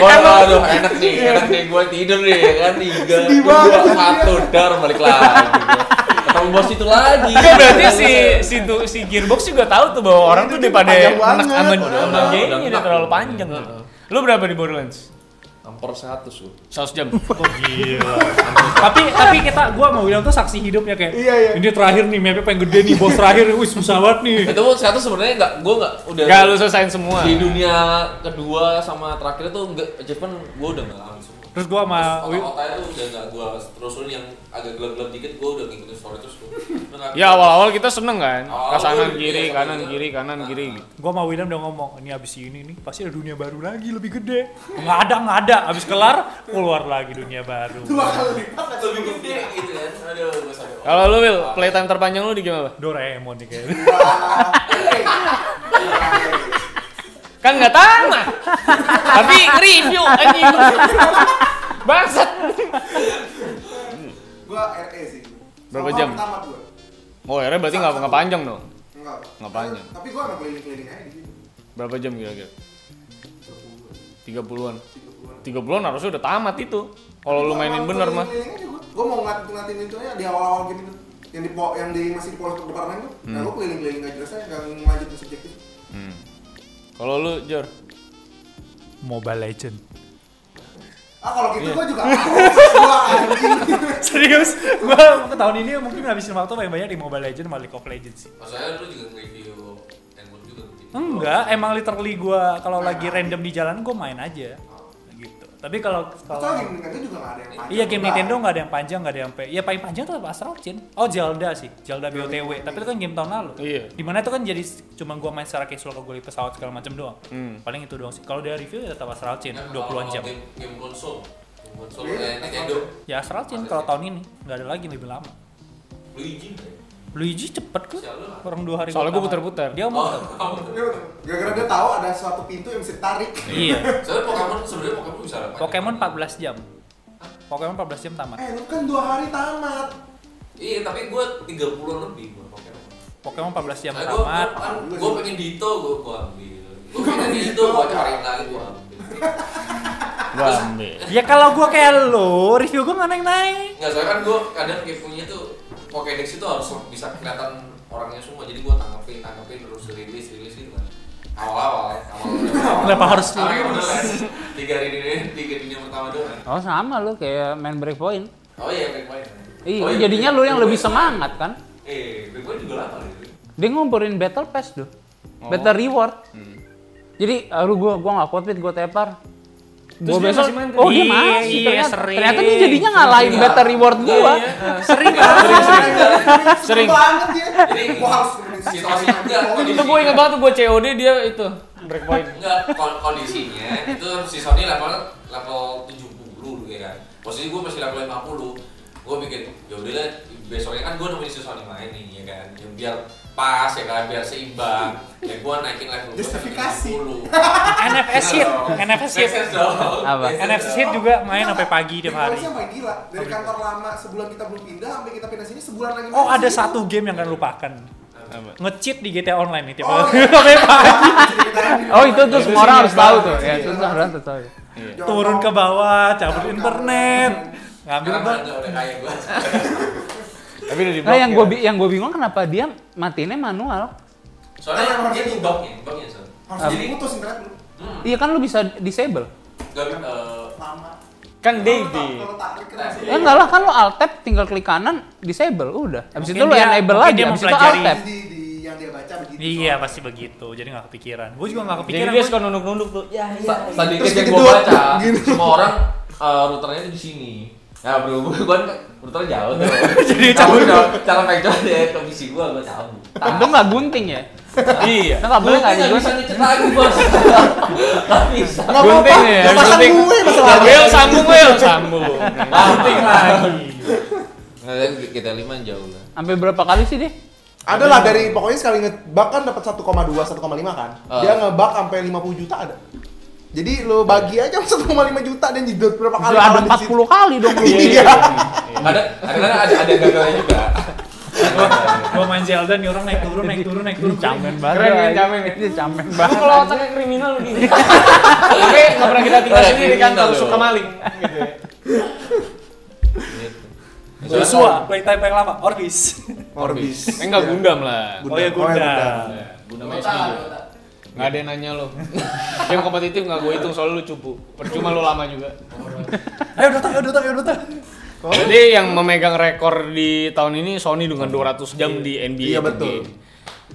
Waduh, enak nih,
Iya.
enak nih gue tidur nih ya kan tiga, dua, satu, dar balik lagi. Ketemu bos itu lagi.
Enggak Iya, berarti si si tu- si Gearbox juga tahu tuh bahwa orang tuh daripada
panjang
enak
banget.
sama
Udah
sama
enak,
game
udah
ini
enak.
terlalu panjang.
Heeh.
Lu berapa di Borderlands?
Hampir seratus loh.
100 jam.
tapi tapi kita gua mau bilang tuh saksi hidupnya kayak
Iya, iya.
ini terakhir nih mapnya pengen gede nih bos terakhir wih susah banget nih
Itu pun seratus sebenarnya nggak, gue nggak udah.
Enggak lu selesain semua.
di dunia kedua sama terakhir tuh enggak Jepang gue udah nggak ngalamin semua
terus gua sama
Oh, iya.
Wi-
otak-otaknya tuh udah nggak gue terusin yang agak gelap-gelap dikit gue udah ngikutin story terus gua. Nggak-
Ya awal-awal kita seneng kan,
Awal-awal
ke kanan
iya,
kiri,
sama
kanan
kita.
kiri, kanan kiri. gitu.
gua sama William udah ngomong ini abis ini nih pasti ada dunia baru lagi lebih gede nggak ada nggak ada abis kelar keluar lagi dunia baru
Dua kali lipat atau
lebih gede gitu kan aduh gue sampai
Kalau lu Will, playtime terpanjang lu di game apa?
Doraemon nih kayaknya
Kan nggak tamat. Tapi review anjing. Bangsat.
Gua RE sih.
Berapa
Sama
jam?
Tamat gua.
Oh, akhirnya berarti nggak nggak panjang dong.
Enggak.
Nggak panjang.
Tapi gua emang keliling-keliling aja gitu. di situ.
Berapa jam kira-kira? 30-an.
30-an.
30-an harusnya udah tamat itu. Kalau lu mainin bener mah.
Keliling-keliling aja gua. Gua mau ngatin-ngatin itu aja di awal-awal gitu tuh. Yang di po- yang di masih di polos departemen tuh. Nah, gua keliling-keliling enggak jelas aja enggak ngelanjutin subjektif.
Hmm. Kalau lu Jor,
Mobile Legend
Ah, kalau gitu
Iya.
gua juga. Gua anjing.
serius gua tahun ini mungkin habisin waktu paling banyak di Mobile Legend sama League of Legends sih
maksudnya lu juga nge-review Handphone juga gitu.
enggak emang literally gua kalau lagi random di jalan gua main aja gitu tapi kalau
Atau
kalau
game Nintendo juga enggak ada yang panjang.
Iya game
Nah,
Nintendo nggak ada yang panjang, nggak ada yang pe. Ya paling panjang tuh Astral Chain. Oh Zelda sih, Zelda BOTW. Tapi itu kan game tahun lalu.
Iya.
Dimana itu kan jadi s- cuma gua main secara casual kalau gua di pesawat segala macam doang.
Hmm.
Paling itu doang sih. Kalau dari review ya tetap Astral Chain,
Nah,
20-an
kalau
jam.
game game konsol game konsol
Iya,
eh, Nintendo
Ya Astral Chain kalau tahun ini nggak ada lagi lebih lama.
Luigi kan?
Luigi cepet kok,
Siapa? Oh,
kurang dua hari.
Soalnya
gua
gua
tamat.
puter-puter.
Dia mau.
Gara-gara dia tahu ada suatu pintu yang bisa ditarik.
Iya.
soalnya Pokemon sebenarnya Pokemon bisa ada panjang.
Pokemon 14 jam. Pokemon 14 jam tamat.
Eh, lu kan dua hari tamat.
iya tapi gue 30 lebih gue Pokemon
Pokemon 14 jam
Soalnya gua-
tamat.
gua- kan gue pengen Dito gue gue ambil gue pengen Dito gue cariin lagi gue ambil
gua ambil.
Ya kalau gua kayak lo, review gua nggak naik naik.
Nggak, soalnya kan gue kadang keponya tuh Pokédex itu harus bisa kelihatan orangnya semua Jadi gue tanggepin, tanggepin, terus rilis, rilis gitu kan Awal-awal ya, awal-awal
Kenapa harus
Karena yang bener kan, tiga hari ini, tiga dunia pertama doang kan?
Oh sama lu kayak main breakpoint.
Oh iya, Breakpoint
Iya,
Oh,
jadinya lu yang lebih semangat kan?
Eh, Breakpoint juga lama gitu
Dia ngumpulin battle pass tuh. Battle reward. Jadi aduh gua gua enggak kuat gua tepar. Gua
dia
besok
masih main tuh?
Oh, dia
Iya,
masih
iya,
ternyata.
sering.
Ternyata dia jadinya ngalahin battle reward
Iya,
gua.
Sering Sering.
Sering banget ya.
Jadi-
Gua harus nemenin
Situasi enggak,
Itu gue inget banget tuh gue COD dia itu breakpoint.
Enggak, kon- kondisinya itu si Sony level level 70 dulu ya kan. Posisi gue masih level 50. Gue pikir ya udahlah besoknya kan gue nemuin si Sony main nih ya kan. Ya, biar pas ya kan, biar seimbang. Ya gue naikin level gua
Justifikasi.
sampai 70.
NFS
Iya
hit, NFS hit.
Success dong. Iya,
Apa?
Success
NFS
dong.
hit juga main sampai pagi tiap hari.
Sih main gila. Dari kantor lama sebulan kita belum pindah sampai kita pindah sini sebulan lagi.
Oh
main
ada
sini.
satu game yang kalian lupakan. Nge-cheat di GTA Online nih tiap
Oh, iya.
hari. Sampai pagi.
Oh, itu tuh semua orang harus tahu tuh. Ya, itu harus tahu.
Jorok.
turun ke bawah, cabut internet, ngambil
Karena
ban.
aja udah kaya gue.
Tapi udah di
Nah,
blok
yang
ya.
gue yang gue bingung kenapa dia matiinnya manual.
Soalnya yang dia di dock ya, docknya so.
harus
Apa?
jadi putus internet lu
Iya kan lu bisa disable.
Gak eh,
lama
Kan
Kalau
dia
tak-
di
kalau tak klik kena sih.
Ya enggak lah kan lu alt tab tinggal klik kanan disable udah. Habis
Mungkin
itu lu
dia-
enable
mungkin
lagi,
dia
habis itu alt
mempelajari.
tab.
Di, di yang dia baca begitu
Iya pasti begitu, jadi nggak kepikiran. Gue juga nggak
Jadi
kepikiran.
dia
gua-
suka nunduk-nunduk tuh. Ya,
Sa tadi
Terus
yang
gitu
gue
doang,
baca,
gini.
semua orang eh, routernya itu di sini. Nah, bro, gue kan routernya jauh tuh.
Jadi
Nah,
cabut.
udah, cara pecah dari komisi gue, gue cabut.
Untung nggak gunting ya.
iya.
Nah, nggak boleh
Gunting
nggak
nggak bisa
digunting.
dicetak lagi, bos. Nggak bisa.
Nggak apa-apa,
Gunting ya,
pasang
gunting.
gue
Iya,
masalahnya.
Will sambung, Will sambung.
Banting lagi. Nah, dan kita lima jauh lah.
Sampai berapa kali sih dia?
Ada lah dari pokoknya sekali ngebak kan dapat 1,2 1,5 kan.
Ah.
Dia ngebak sampai 50 juta ada. Jadi lo bagi aja 1,5 juta dan jidot berapa kali
Sudah ada
malam di
40
situ.
kali dong lu.
Iya.
Ada, kadang ada ada gagalnya juga.
Gue main Zelda nih orang naik turun, naik turun, naik turun.
Camen
Keren,
banget.
keren, camen.
Iya, Ini camen
Lu
banget.
kalau otaknya kriminal lu gini. Tapi nggak pernah kita tinggal
Eh,
sendiri di kantor,
kriminal
suka
lu.
maling. Gitu ya.
Gitu.
Joshua, playtime yang lama, Orbis.
Orbis.
Eh, nggak
Iya.
gundam lah.
Oh ya
Gundam.
Gundam.
Guna mesin juga.
Nggak ada yang nanya lo. Game kompetitif nggak gue hitung soalnya lu cupu. Percuma lu lama juga.
Ayo Dota, ayo Dota, ayo Dota.
Jadi yang memegang rekor di tahun ini Sony dengan 200 jam di NBA.
Iya, betul.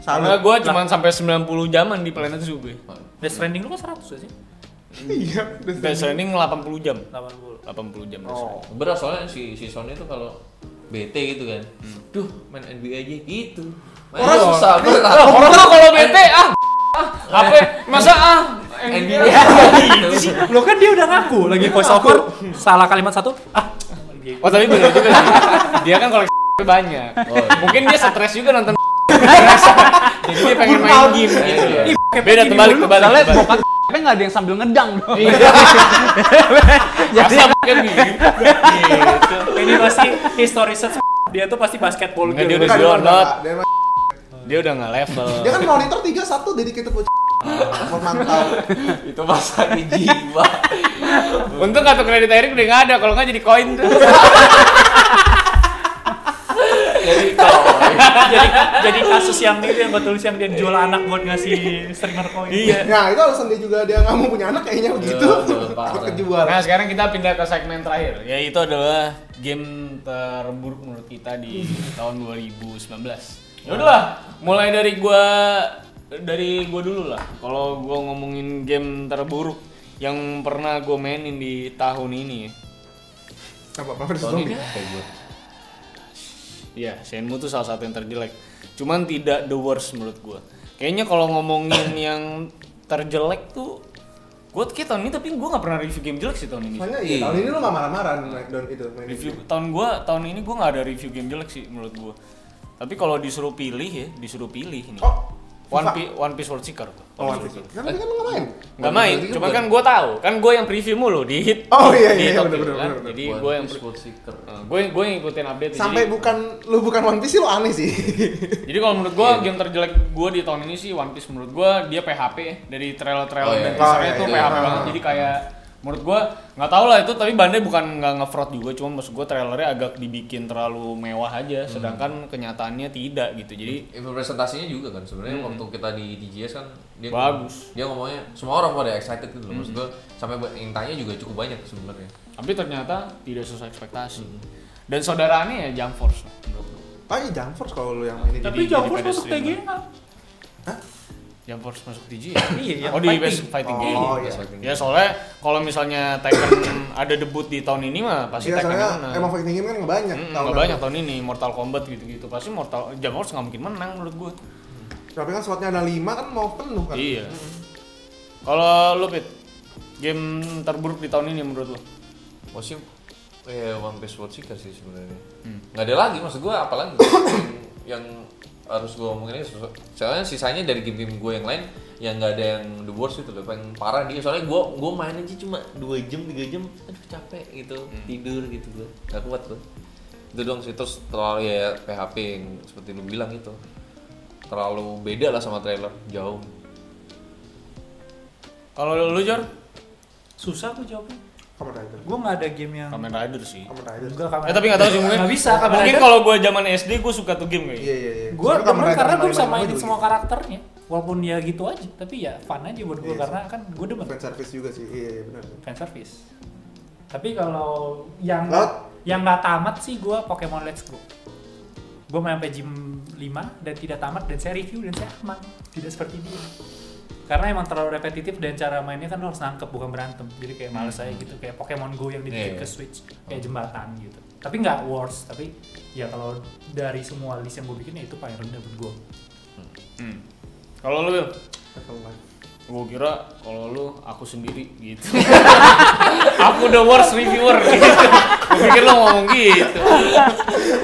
Karena
Salut.
gue cuma sampai 90 jaman di Planet Zoo gue.
Best trending lu kan 100 gak sih?
Iya.
Death Stranding 80 jam.
80.
80 jam. Death
Oh.
Berat soalnya si si Sony itu kalau bete gitu kan. Duh, main NBA aja gitu. Main
Orang
susah berat.
Stranding. Orang tuh kalau bete ah ah apa masa ah
NBA
NBA.
Iya,
gitu sih.
Lo kan dia udah ngaku lagi voice over salah kalimat satu. Ah,
Oh tapi bener juga sih. Dia kan koleksi banyak.
Oh, iya.
Mungkin dia stres juga nonton Jadi dia pengen main
Burnout. Iya.
game gitu ya.
Ih, kayak
Beda
begini
terbalik
dulu.
terbalik.
Soalnya
terbalik.
bokap tapi nggak ada yang sambil ngedang dong.
Iya.
Jadi
Masa mungkin gitu.
Ini pasti history search dia tuh pasti basketball
Nggak,
game.
dia udah
Bukan, bukan,
download.
Pak. Dia emang-
Dia udah nggak level.
Iya. Dia kan monitor 31 dedicated buat memantau.
Itu masa di jiwa.
Untung kartu kredit Erik udah nggak ada, kalau nggak jadi koin tuh.
Jadi kalau
jadi jadi kasus yang itu yang gue tulis yang dia jual anak buat ngasih stringer coin.
Nah, itu alasan dia juga dia nggak mau punya anak kayaknya begitu.
Aduh, parah.
Takut kejual.
Nah sekarang kita pindah ke segmen terakhir, yaitu Ya, adalah game terburuk menurut kita di tahun 2019. Ya udahlah, mulai dari gua dari gua dulu lah. Kalau gua ngomongin game terburuk yang pernah gua mainin di tahun ini.
Apa apa versus
Sony
zombie?
deh, kayak gue.
Ya, Shenmue tuh salah satu yang terjelek. Cuman tidak the worst menurut gua. Kayaknya kalau ngomongin yang terjelek tuh gua kayak tahun ini tapi gua nggak pernah review game jelek sih tahun ini.
Soalnya iya, tahun ini lu nggak marah-marah Down itu. main
review
itu.
tahun gua tahun ini gua nggak ada review game jelek sih menurut gua tapi kalau disuruh pilih ya disuruh pilih ini
Oh,
One,
FIFA.
Piece One Piece World Seeker gua.
Oh, One Piece. Kan dia kan lu nggak main.
nggak main cuman kan gua tahu kan gua yang preview mulu di hit
Oh, iya,
di
iya,
Tokyo,
bener, bener,
kan.
bener,
jadi
One
gua yang
Piece
pre-
World Seeker.
Eh, gua gua yang ngikutin update
Sampai
jadi,
bukan lu bukan One Piece sih lu aneh sih.
jadi kalau menurut gua game terjelek gua di tahun ini sih One Piece menurut gua dia PHP ya. dari trailer-trailer
Oh, iya.
dan
Oh,
teasernya
iya,
tuh
iya.
PHP
Ah.
banget jadi kayak menurut gua nggak tau lah itu tapi bandai bukan nggak ngefraud juga cuma maksud gua trailernya agak dibikin terlalu mewah aja sedangkan kenyataannya tidak gitu jadi
Info presentasinya juga kan sebenarnya waktu kita di DJS kan dia
Bagus.
Dia ngomongnya semua orang pada excited gitu loh. Maksud gue sampai buat intanya juga cukup banyak sebenarnya.
tapi ternyata tidak sesuai ekspektasi dan saudaraannya ya jump force lah, menurut gua.
Pakai Jump Force kalau lu yang mainin.
Tapi
Jadi-
Jump
jadi
Force masuk
pedestrian.
TGA.
jump force masuk TG
Iya, yang
oh di
fighting.
best fighting game
Oh, iya.
ya soalnya kalau misalnya Tekken ada debut di tahun ini mah pasti
Iya,
Tekken
soalnya
yang menang
emang fighting game kan nggak banyak.
Mm,
tahun
nggak
lalu.
banyak tahun ini Mortal Kombat gitu-gitu pasti Mortal jump force nggak mungkin menang menurut gua
Tapi kan slotnya ada 5 kan mau penuh kan.
iya kalau lu pit game terburuk di tahun ini menurut lu
Maksudnya eh One Piece World Seeker sih sebenarnya. Nggak ada lagi maksud gue apalagi yang, yang harus gue omongin ini sesu- soalnya sisanya dari game-game gue yang lain yang nggak ada yang the worst itu loh yang parah dia soalnya gue gue main aja cuma dua jam tiga jam aduh capek gitu tidur gitu gue nggak kuat gue itu doang sih terus terlalu ya PHP yang seperti lu bilang itu terlalu beda lah sama trailer jauh
kalau lu Jor
Susah tuh jawabnya.
Kamen Rider.
Gue nggak ada game yang
Kamen Rider sih.
Kamen Rider.
Enggak, Kamen
Eh tapi nggak tahu sih mungkin.
Nggak bisa Kamen
Mungkin
Rider.
kalau gue zaman SD gue suka tuh game kayak.
Iya iya iya.
Gue
Soalnya Kamen Rider
karena gue
kemarin
bisa
main
mainin
dulu
semua
gitu.
karakternya. Walaupun ya gitu aja, tapi ya fun aja buat gue
Iya sih.
karena kan gue demen
Fan service juga sih. Iya iya benar.
fan service. Tapi kalau yang
Laut?
yang nggak tamat sih gue Pokemon Let's Go. Gue main sampai gym 5 dan tidak tamat dan saya review dan saya aman. Tidak seperti dia. Karena emang terlalu repetitif dan cara mainnya kan lo harus nangkep bukan berantem. Jadi kayak males aja gitu kayak Pokemon Go yang dibikin ke
Iya, iya.
Switch kayak jembatan gitu. Tapi nggak worse, tapi ya kalau dari semua list yang gue bikin ya itu paling rendah buat gue.
Hmm. Kalau lu, Wil?
Second Life.
Gue kira kalau lu aku sendiri gitu. aku the worst reviewer gitu. Gue pikir lu ngomong gitu.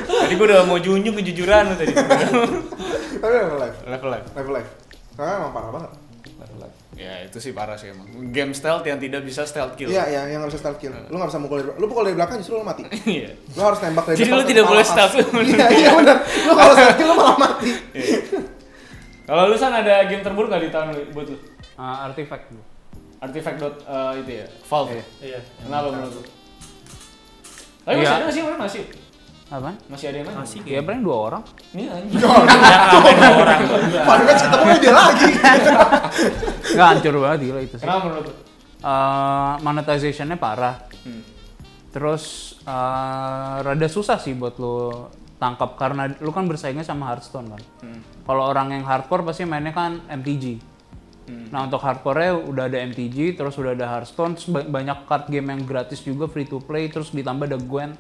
Tadi gue udah mau junjung kejujuran lu tadi.
Tapi level life.
Level life.
Level life. Karena emang parah banget.
Ya itu sih parah sih emang. Game stealth yang tidak bisa stealth kill.
Iya iya yang harus stealth kill.
Hmm.
Lu nggak bisa mukul dari lu pukul dari belakang justru lu mati.
Iya.
Lu harus nembak dari
Jadi
depan,
lu
tapi
tidak boleh
malah
stealth.
pas. Iya iya benar. Lu kalau stealth kill lu malah mati.
Iya. Kalau lu san ada game terburuk gak di tahun lu- buat lu?
Ah, artifact dulu.
Artifact dot eh, itu ya. Valve. ya?
Iya.
Kenapa menurut lu? Tapi masih
Iya.
ada nggak sih orang masih?
Apaan?
Masih ada yang main?
Masih
Ya paling dua orang.
Iya anjing.
orang.
Paling kan ketemunya dia lagi.
Nggak hancur banget gila itu sih.
Kenapa menurut lu?
Eh, monetization-nya parah.
Hmm.
Terus eh, rada susah sih buat lo tangkap karena lu kan bersaingnya sama Hearthstone kan.
Hmm.
Kalau orang yang hardcore pasti mainnya kan MTG.
Hmm.
Nah untuk hardcore-nya udah ada MTG, terus udah ada Hearthstone, terus ba- banyak card game yang gratis juga free to play, terus ditambah ada Gwen.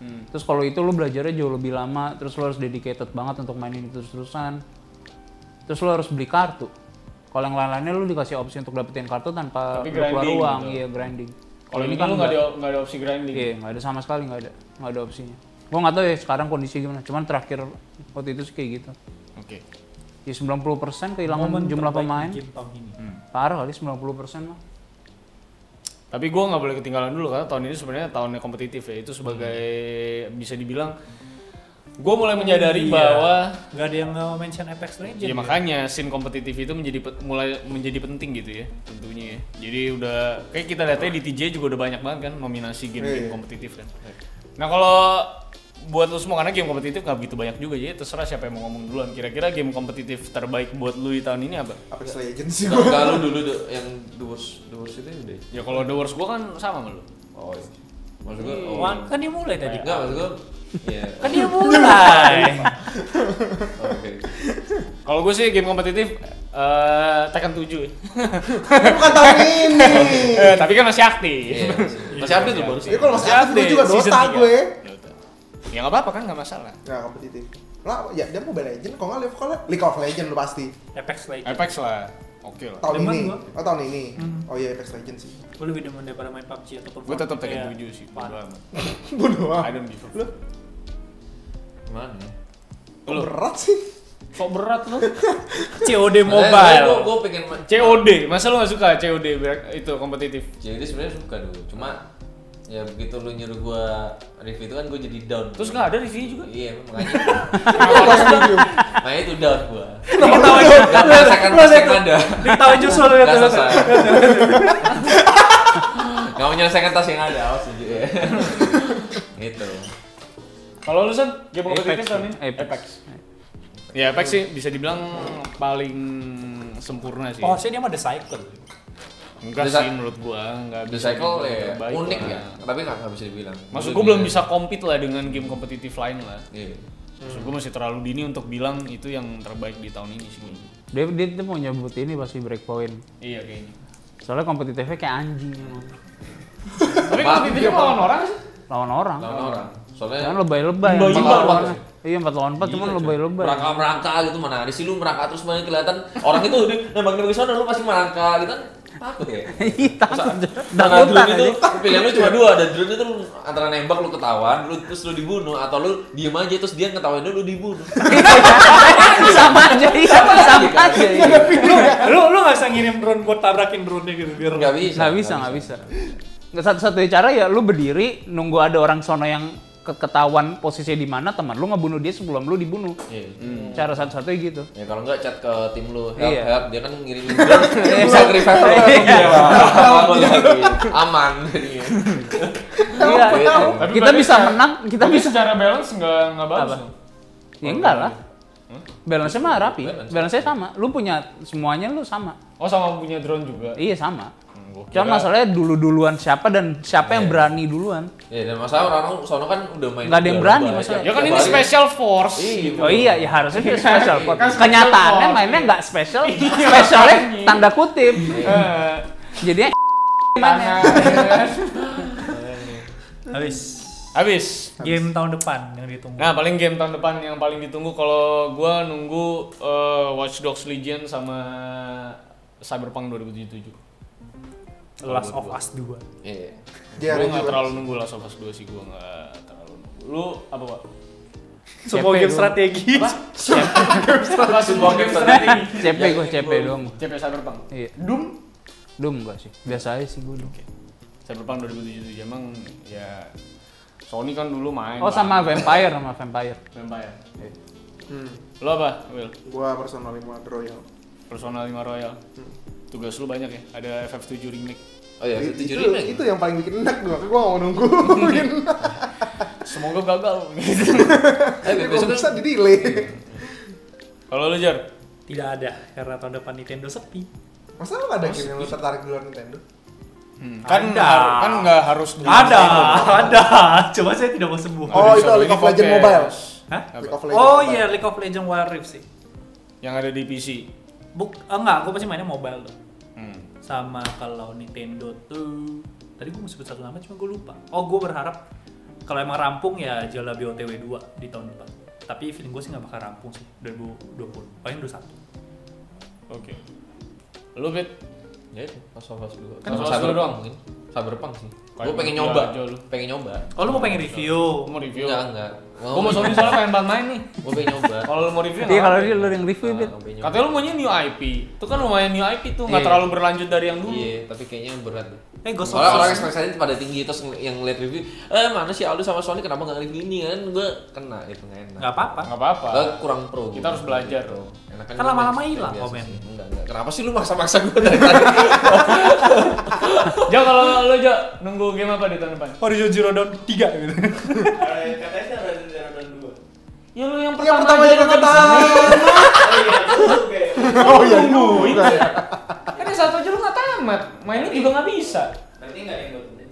Hmm.
Terus kalau itu lu belajarnya jauh lebih lama, terus lu harus dedicated banget untuk mainin itu terus-terusan. Terus lu harus beli kartu. Kalau yang lain-lainnya lu dikasih opsi untuk dapetin kartu tanpa
Tapi
lu keluar
grinding
uang,
gitu.
iya grinding.
Kalau ini kan lu nggak
nggak-
ada nggak ada opsi grinding.
Iya, nggak ada sama sekali nggak ada, nggak ada opsinya. Gue nggak tahu ya sekarang kondisi gimana. Cuman terakhir waktu itu sih kayak gitu.
Oke.
Ya 90% kehilangan jumlah pemain.
Game tahun ini.
Parah kali 90% mah.
Tapi gua nggak boleh ketinggalan dulu karena tahun ini sebenarnya tahunnya kompetitif ya. Itu sebagai bisa dibilang gua mulai menyadari
Iya.
bahwa
Gak ada yang mention Apex Legends.
ya makanya scene kompetitif itu menjadi pe- mulai menjadi penting gitu ya tentunya ya. Jadi udah kayak kita lihatnya di TJ juga udah banyak banget kan nominasi
Iya.
game-game kompetitif kan. Nah kalau buat lu semua karena game kompetitif nggak begitu banyak juga jadi terserah siapa yang mau ngomong duluan. Kira-kira game kompetitif terbaik buat lu di tahun ini apa?
Apex Legends sih gua.
Kalau dulu do- yang the worst, the worst itu yang deh.
Ya kalau The Wars gua kan sama sama lu.
Oh iya. Maksud gue, oh.
Wan, kan dia mulai tadi.
Enggak, maksud gue, iya.
Kan dia mulai.
Iya.
Oh, Oke.
Kalau gue sih game kompetitif eh Tekken 7.
Bukan tahun ini.
Eh, tapi kan masih aktif.
Iya. Masih update lu baru sih.
Ya kalau masih aktif gue juga
Season
Dota
tiga.
gue.
Dota. Ya enggak apa-apa kan enggak masalah.
Nah, kompetitif. Lah, ya dia Mobile Legends, kalau nggak League of Legends, League of Legends lu pasti.
Apex Legends.
Apex lah. Oke lah.
Tahun
Demen
ini.
gua.
Oh, tahun ini. Oh iya, Apex Legends sih.
Gue lebih demen daripada main PUBG ataupun
Gue tetap
kayak
Tekken 7 sih.
fun.
bodo amat.
Bodoh
I
amat.
don't give a fuck.
Gimana ya?
Lu
Berat sih.
sok berat lu.
COD
Makanya Gue,
Mobile.
gue pengen ma-
COD, masa lu gak suka COD ber- itu kompetitif?
Jadi sebenarnya suka dulu, cuma ya begitu lu nyuruh gua review itu kan gua jadi down.
Terus nggak ada reviewnya juga?
Iya, makanya. Makanya itu down gua. Kenapa Gak merasakan pusing ada.
Diketawain justru lu liat
Gak
lu.
selesai. Gak menyelesaikan tas yang ada, awas aja. ya. Gitu.
Kalau lu San, game kompetitif
Apex.
kan tahun ini?
Apex.
Ya Apex sih bisa dibilang paling sempurna sih.
Oh, harusnya dia mah The Cycle.
Enggak
Bisa-
sih menurut gua, enggak
The
bisa
cycle
dibilang
ya
terbaik
unik
lah.
ya, tapi nggak nggak bisa dibilang.
Maksud gua belum bisa compete lah dengan game kompetitif lain lah.
Iya.
Maksud gua masih terlalu dini untuk bilang itu yang terbaik di tahun ini sih. menurut gua.
Dia, dia, dia mau nyebut ini pasti breakpoint.
Iya kayaknya.
Soalnya kompetitifnya kayak anjing emang.
Tapi kompetitif lawan orang sih.
Lawan orang.
Lawan orang. Soalnya
Jangan lebay-lebay.
Lebay
emang
juga
lawan-
banget
Iya 4 lawan 4 cuman lebay-lebay.
merangkak merangkak gitu mana ada sih lu merangkak terus mana kelihatan orang itu udah nembak nembak ke sana lu pasti merangkak gitu kan takut ya
Iya, takut.
Nah,
Takutan
drone itu
aja.
pilihan lu cuma dua, ada drone itu lu antara nembak lu ketahuan, lu terus lu dibunuh atau lu diem aja terus dia ngetawain lu lu dibunuh.
sama aja iya, sama
Kan?
aja. iya.
Lu lu enggak bisa ngirim drone buat tabrakin drone-nya gitu biar
Nggak bisa.
Nggak bisa, nggak bisa. Nggak satu-satunya cara ya lu berdiri nunggu ada orang sono yang ke- ketahuan posisinya di mana teman lu ngebunuh dia sebelum lu dibunuh. Hmm.
Iya.
Cara satu-satunya gitu.
Ya kalau enggak chat ke tim lu, help,
Iya.
help. Dia kan ngirimin drone. Dia bisa revive ya, Aman lagi. Aman. Iya.
Iya.
Tapi
Kita
berarti
bisa
ya.
secara-
menang, kita
Tapi
bisa.
secara balance nggak nggak bagus.
Apa?
dong.
Ya enggak lah. Balance-nya mah rapi.
Balance.
Balance-nya sama. Lu punya semuanya lu sama.
Oh sama punya drone juga. Hmm,
Iya sama.
gua
Cuma masalahnya dulu-duluan siapa dan siapa
Iya.
yang berani duluan.
Ya dan masalah orang-orang sono kan udah main.
Nggak ada yang
udah
berani
lomba
masalahnya.
aja.
Ya gitu. kan ini
Tiap hari.
special force.
Iya.
Oh iya, ya harusnya dia special pot.
Kan special
Kenyataannya
pot.
mainnya nggak special,
Iya.
specialnya tanda kutip.
Eh,
Jadinya
Iya.
mainnya.
tangan.
Habis.
Habis.
Game tahun depan yang ditunggu.
Nah, paling game tahun depan yang paling ditunggu kalau gua nunggu eh, Watch Dogs Legion sama Cyberpunk 2077.
The Last of Us 2.
Iya.
Dia
gua
ada
nggak
juga.
terlalu nunggu Last of Us 2 sih, gua nggak terlalu nunggu. Lu apa, Pak?
Semua game strategi.
Apa sebuah game strategi?
CP gue CP doang.
CP Cyberpunk.
Iya,
Doom
dum gak sih? Biasa aja sih gue dum.
Cyberpunk 2077 emang ya Sony kan dulu main.
Oh
Bang.
sama vampire, sama vampire.
Vampire.
Hmm.
Lo apa, Will?
Gua personal lima ya. Royal.
Persona 5 Royal. Tugas lu banyak ya. Ada FF7 remake.
Oh iya,
Itu,
itu
itu,
juri main.
itu yang paling bikin enak gua. Gua mau nungguin.
Semoga gagal.
Eh,
Tapi kalau
besok
bisa di delay.
Kalau lu Jar,
Tidak ada karena tahun depan Nintendo sepi.
Masa lu nggak ada game yang lu tertarik di luar Nintendo? Hmm,
kan
Ada.
har- kan nggak harus di-
Ada, ada. Cuma saya tidak mau sembuh.
Oh,
Ada di
itu
Sony
League of
Focus.
Legends Mobile.
Hah?
League of Legends
Oh
Mobile.
iya, League of Legends Wild Rift sih.
Yang ada di PC.
Buk, ah, enggak, gue pasti mainnya mobile tuh.
Hmm.
Sama kalau Nintendo tuh, tadi gue mau sebut satu nama cuma gue lupa. Oh, gue berharap kalau emang rampung ya Jala BOTW 2 di tahun depan. Tapi feeling gue sih nggak bakal rampung sih 2020, paling 21.
Oke. Lu Fit,
Ya itu, Last of Us dulu.
Kan Last of
Sama
Us
Cyberpunk
doang.
mungkin. Cyberpunk sih.
Kayak
Gua pengen
gua
nyoba.
aja lu.
Pengen nyoba.
Oh, lu mau pengen review?
lu mau review?
Enggak, enggak.
Gua mau Sony soalnya pengen banget main nih.
Gua pengen nyoba.
Kalau lu mau review
Iya
nggak
kalau
apa-apa.
dia lu yang review
Nah,
bit.
gua pengen nyoba.
Katanya lu maunya new IP. Itu kan lumayan new IP tuh, nggak
Iya.
terlalu berlanjut dari yang dulu.
Iya, tapi kayaknya berat deh.
Eh, Ghost of
Soalnya orang
Tsushima.
ekspektasinya pada tinggi terus ngel- yang ngeliat review, eh mana sih Aldo sama Sony kenapa nggak review ini kan? Gue kena itu nggak enak.
Nggak apa-apa.
Nggak apa-apa.
Gua kurang pro.
Kita
gua.
harus belajar.
Gitu. Enakan
Kan
gua
lama-lama
main
hilang
biasa
komen.
sih. Enggak, enggak. Kenapa sih lu maksa-maksa gue dari tadi?
Ja kalau lu Ja nunggu game apa di tahun depan?
Horizon Zero Dawn 3 gitu.
Katanya sih ada Zero Dawn dua.
Ya lu yang
Yang pertama aja nggak tahu.
Oh iya, itu kayak
Oh iya.
Nungguin.
bukan.
Kan yang satu aja lu nggak tamat, mainnya juga nggak bisa.
berarti nggak ada yang gue tulis.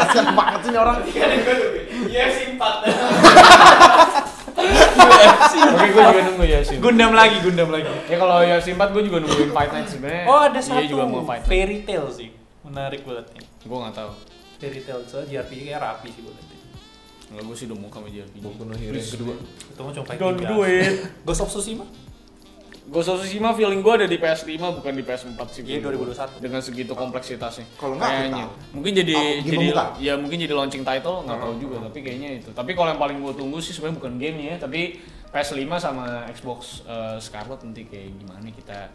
Kasian banget sih ini orang.
Nggak ada yang gue tulis. Iya sih empat.
Oke, gue juga nunggu ya sih.
Gundam lagi, Gundam lagi.
Ya kalau ya simpat gue juga nungguin Fight Night sebenarnya.
Oh, ada satu.
Iya juga mau Fight Night.
Fairy Tail sih. Menarik gue liatnya.
Gue nggak tahu.
Fairy Tail soalnya JRPG kayak rapi sih gue liatnya.
Enggak gue sih udah mau kamu jadi.
Boku no Hero yang kedua.
Itu mah cuma fighting
Don't
game.
do it.
Ghost of Tsushima?
Ghost of Tsushima feeling gue ada di PS5 bukan di PS4 sih.
Iya, 2021.
Dengan segitu kompleksitasnya.
Kalau nggak, aku
Kayaknya.
tahu.
Mungkin jadi
Aku game
jadi
pembuka.
ya mungkin jadi launching title nggak tahu juga tapi kayaknya itu. Tapi kalau yang paling gue tunggu sih sebenarnya bukan game ya tapi PS5 sama Xbox eh, Scarlet nanti kayak gimana kita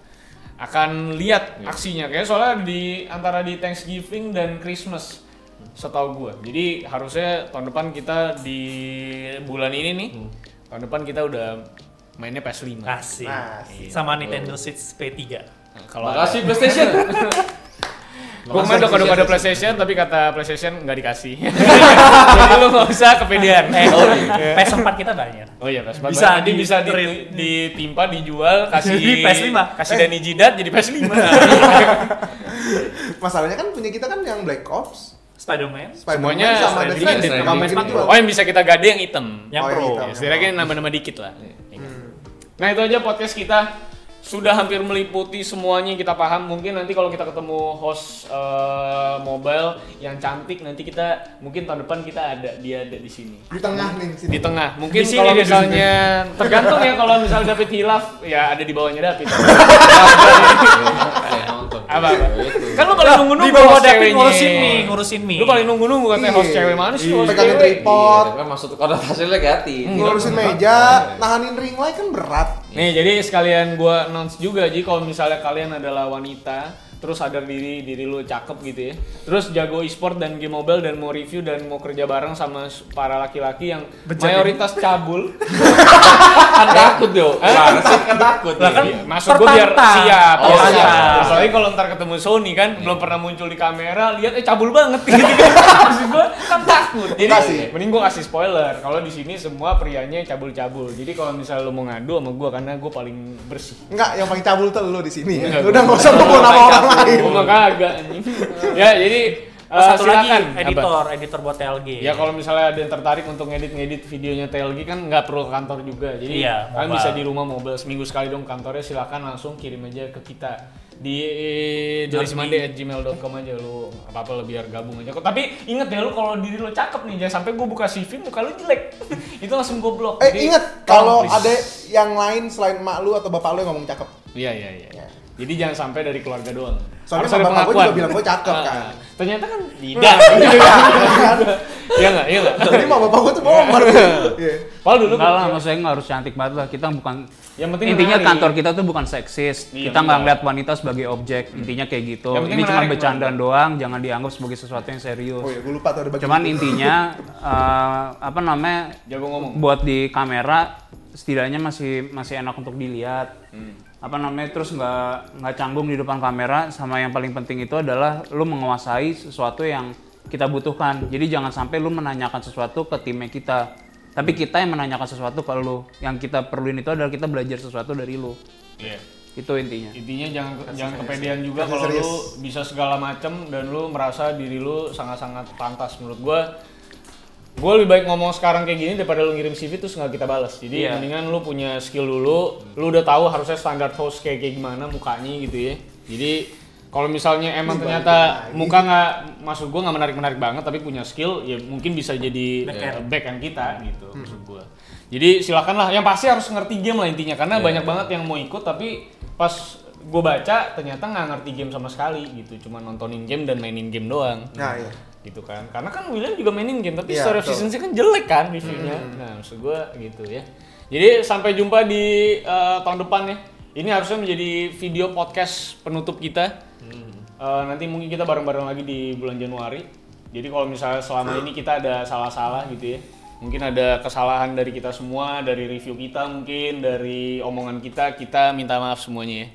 akan lihat
Iya.
aksinya kayak soalnya di antara di Thanksgiving dan Christmas setahu gue. Jadi harusnya tahun depan kita di bulan ini nih
Hmm.
tahun depan kita udah mainnya PS5.
Asik.
Asik.
Sama Nintendo Switch P3.
Nah, kalau ada-
Makasih PlayStation.
Gue kemarin udah kado kado PlayStation tapi kata PlayStation nggak dikasih. Jadi lu nggak usah kepedean.
Eh, PS4 kita bayar.
Oh iya PS4
Bisa
jadi
di-
oh, iya. bisa di,
trade.
ditimpa dijual kasih
Jadi PS5.
kasih Dani Jidat jadi PS5.
Masalahnya kan punya kita kan yang Black Ops,
Spider-Man
Spider-Man
Semuanya
sama
Stranding.
Death Stranding.
Stranding.
Sama Death Stranding.
oh yang bisa kita gade yang hitam.
yang
Oh,
pro.
iya,
Ya, setidaknya nambah-nambah dikit lah.
Hmm.
Nah itu aja podcast kita sudah hampir meliputi semuanya yang kita paham. Mungkin nanti kalau kita ketemu host eh, mobile yang cantik nanti kita mungkin tahun depan kita ada dia ada di sini.
Di tengah nih sini.
di tengah mungkin
Di sini, ya,
kalau
di sini.
misalnya tergantung ya kalau misalnya David hilaf ya ada di bawahnya David
Kayak Eh, nonton.
Apa, apa?
Ya, itu.
kan lu paling nunggu
Di
nunggu
bawah
host
David
ceweknya
ngurusin mie, ngurusin mie.
lu paling nunggu nunggu katanya host
Iya.
cewek mana sih
Iya.
host
Pegangin
cewek
Iya,
tripod,
tapi kan maksud Iya. kalau hasilnya ganti.
Iya.
ngurusin meja, nahanin ring light kan berat.
nih jadi sekalian gua announce juga jadi kalau misalnya kalian adalah wanita terus sadar diri diri lu cakep gitu ya terus jago e-sport dan game mobile dan mau review dan mau kerja bareng sama s- para laki-laki yang
Bejat ya?
mayoritas cabul
kan takut yo Gimana sih kan takut
Lah kan
Iya.
masuk gue biar
Tertantang.
siap
Oh,
biar siap.
siap.
apalagi kalau ntar ketemu Sony kan belum pernah muncul di kamera lihat eh cabul banget gitu kan maksud gue kan takut jadi
Kasih.
mending gue kasih spoiler kalau di sini semua prianya cabul-cabul jadi kalau misalnya lo mau ngadu sama gue karena gue paling bersih
Enggak, yang paling cabul tuh lu di sini. Ya. Lu
Enggak,
udah
Iya, gua-
nggak usah ngomong nama orang lain.
Gue mah kagak anjing. Ya jadi
Oh,
eh,
satu lagi
silakan, Abang.
editor, editor buat TLG.
Ya kalau misalnya ada yang tertarik untuk ngedit-ngedit videonya TLG kan nggak perlu ke kantor juga. Jadi
Iya,
kan
mobile.
bisa di rumah mobile seminggu sekali dong kantornya silakan langsung kirim aja ke kita di eh, jelismande@gmail.com aja lu apa apa lu biar gabung aja kok tapi inget ya lu kalau diri lu cakep nih jangan sampai gue buka CV muka lu jelek itu langsung gue blok
Eh,
Jadi,
inget
tolong,
kalau
please.
ada yang lain selain emak lu atau bapak lu yang ngomong cakep.
Iya iya iya. Jadi jangan sampai dari keluarga doang.
Soalnya
Harus ada
bapak gua
pengakuan.
juga bilang gua cakep,
Ah,
kan.
Ternyata kan tidak. Iya enggak? Iya enggak?
Jadi mau bapak gua tuh bohong baru. Iya.
Paul dulu
Enggak lah,
kerja.
maksudnya nggak harus cantik banget lah. Kita bukan
Yang penting
intinya
menarik.
kantor kita tuh bukan seksis.
Iya,
kita nggak
benar.
ngeliat wanita sebagai objek. Intinya kayak gitu.
Yang penting
Ini cuma
menarik, iya.
bercandaan doang, jangan dianggap sebagai sesuatu yang serius.
Oh ya, gua lupa tuh ada bagian
Cuman
itu.
intinya eh, apa namanya?
Jago ngomong.
Buat di kamera setidaknya masih masih enak untuk dilihat. Apa namanya? Terus nggak nggak canggung di depan kamera sama yang paling penting itu adalah lu menguasai sesuatu yang kita butuhkan. Jadi jangan sampai lu menanyakan sesuatu ke timnya kita. Tapi kita yang menanyakan sesuatu ke lu. Yang kita perluin itu adalah kita belajar sesuatu dari lu.
Iya.
Itu intinya.
Intinya jangan jangan kepedean juga
Kasih
kalau
serius.
lu bisa segala macem dan lu merasa diri lu sangat-sangat pantas menurut gua. Gue lebih baik ngomong sekarang kayak gini daripada lu ngirim CV terus nggak kita balas. Jadi
Iya.
mendingan lu punya skill dulu, lu udah tahu harusnya standar host kayak kayak gimana mukanya gitu ya. Jadi kalau misalnya emang ternyata muka nggak maksud gua nggak menarik menarik banget tapi punya skill ya mungkin bisa jadi
Back
eh,
end. Hmm.
back end kita gitu maksud gua. Jadi silakanlah yang pasti harus ngerti game lah intinya karena
Iya.
banyak banget yang mau ikut tapi pas gue baca ternyata nggak ngerti game sama sekali gitu cuma nontonin game dan mainin game doang
Nah, iya.
gitu kan karena kan William juga mainin game tapi
Iya,
secara
betul. Hmm.
efisiensi kan jelek kan reviewnya nah maksud gue gitu ya jadi sampai jumpa di eh, tahun depan ya ini harusnya menjadi video podcast penutup kita
Hmm.
Eh, nanti mungkin kita bareng-bareng lagi di bulan Januari jadi kalau misalnya selama ini kita ada salah-salah gitu ya mungkin ada kesalahan dari kita semua dari review kita mungkin dari omongan kita kita minta maaf semuanya ya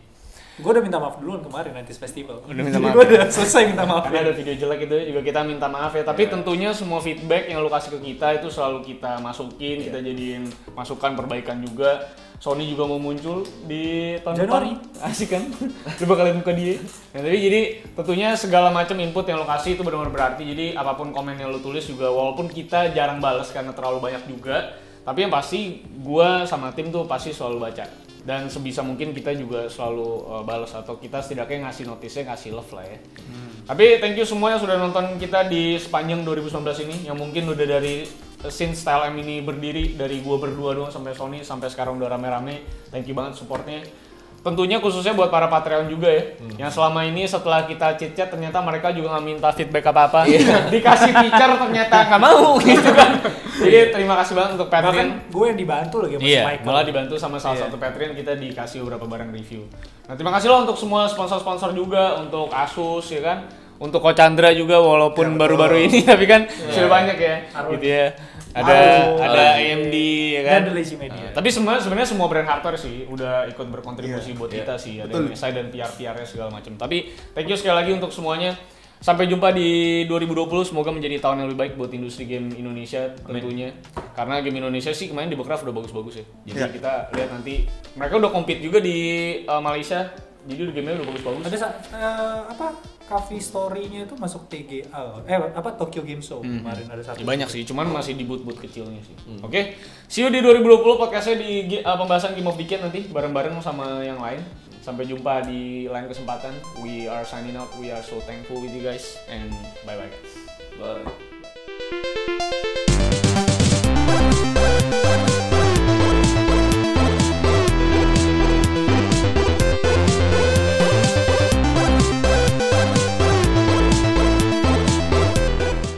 Gue udah minta maaf duluan kemarin nanti festival.
Udah minta
Jadi
maaf.
Gue udah selesai minta maaf.
Karena ada video jelek itu juga kita minta maaf ya. Tapi tentunya semua feedback yang lu kasih ke kita itu selalu kita masukin, kita jadiin masukan perbaikan juga. Sony juga mau muncul di tahun
Januari.
depan. Asik kan? Lu bakal buka dia. Nah, tapi jadi tentunya segala macam input yang lu kasih itu benar-benar berarti. Jadi apapun komen yang lu tulis juga walaupun kita jarang balas karena terlalu banyak juga, tapi yang pasti gua sama tim tuh pasti selalu baca dan sebisa mungkin kita juga selalu uh, balas atau kita setidaknya ngasih notisnya ngasih love lah ya. Tapi thank you semua yang sudah nonton kita di sepanjang 2019 ini yang mungkin udah dari uh, since Style M ini berdiri dari gua berdua doang sampai Sony sampai sekarang udah rame-rame. Thank you banget supportnya. Tentunya khususnya buat para Patreon juga ya. Yang selama ini setelah kita chit-chat ternyata mereka juga nggak minta feedback apa-apa. Dikasih feature ternyata nggak mau gitu kan. Jadi terima kasih banget untuk Patreon.
Bahkan gue yang dibantu lagi sama si
Iya,
Michael.
malah dibantu sama salah satu Patreon kita dikasih beberapa barang review. Nah, terima kasih loh untuk semua sponsor-sponsor juga, untuk Asus ya kan, untuk Ko Chandra juga walaupun baru-baru ini tapi kan sudah banyak ya.
Arun.
Gitu ya. Ada
Arun.
ada
Arun.
AMD ya kan.
Dan The Lazy
Iya.
Media.
Tapi sebenarnya sebenarnya semua brand hardware sih udah ikut berkontribusi buat
Iya.
kita sih ada MSI dan PR PR-nya segala macam. Tapi thank you sekali lagi untuk semuanya. Sampai jumpa di 2020 semoga menjadi tahun yang lebih baik buat industri game Indonesia tentunya. Karena game Indonesia sih kemarin di Bekraf udah bagus-bagus ya. Jadi
Iya.
kita lihat nanti mereka udah compete juga di eh, Malaysia. Jadi udah game-nya udah bagus-bagus.
Ada sa- eh, apa coffee story-nya itu masuk TGA loh. eh apa Tokyo Game Show kemarin ada satu.
Ya, banyak sih, cuman masih di boot-boot kecilnya sih. Oke. See you di 2020 podcastnya di G- uh, pembahasan Game of Dikit nanti bareng-bareng sama yang lain. Sampai jumpa di lain kesempatan. We are signing out. We are so thankful with you guys and bye bye guys.
Bye.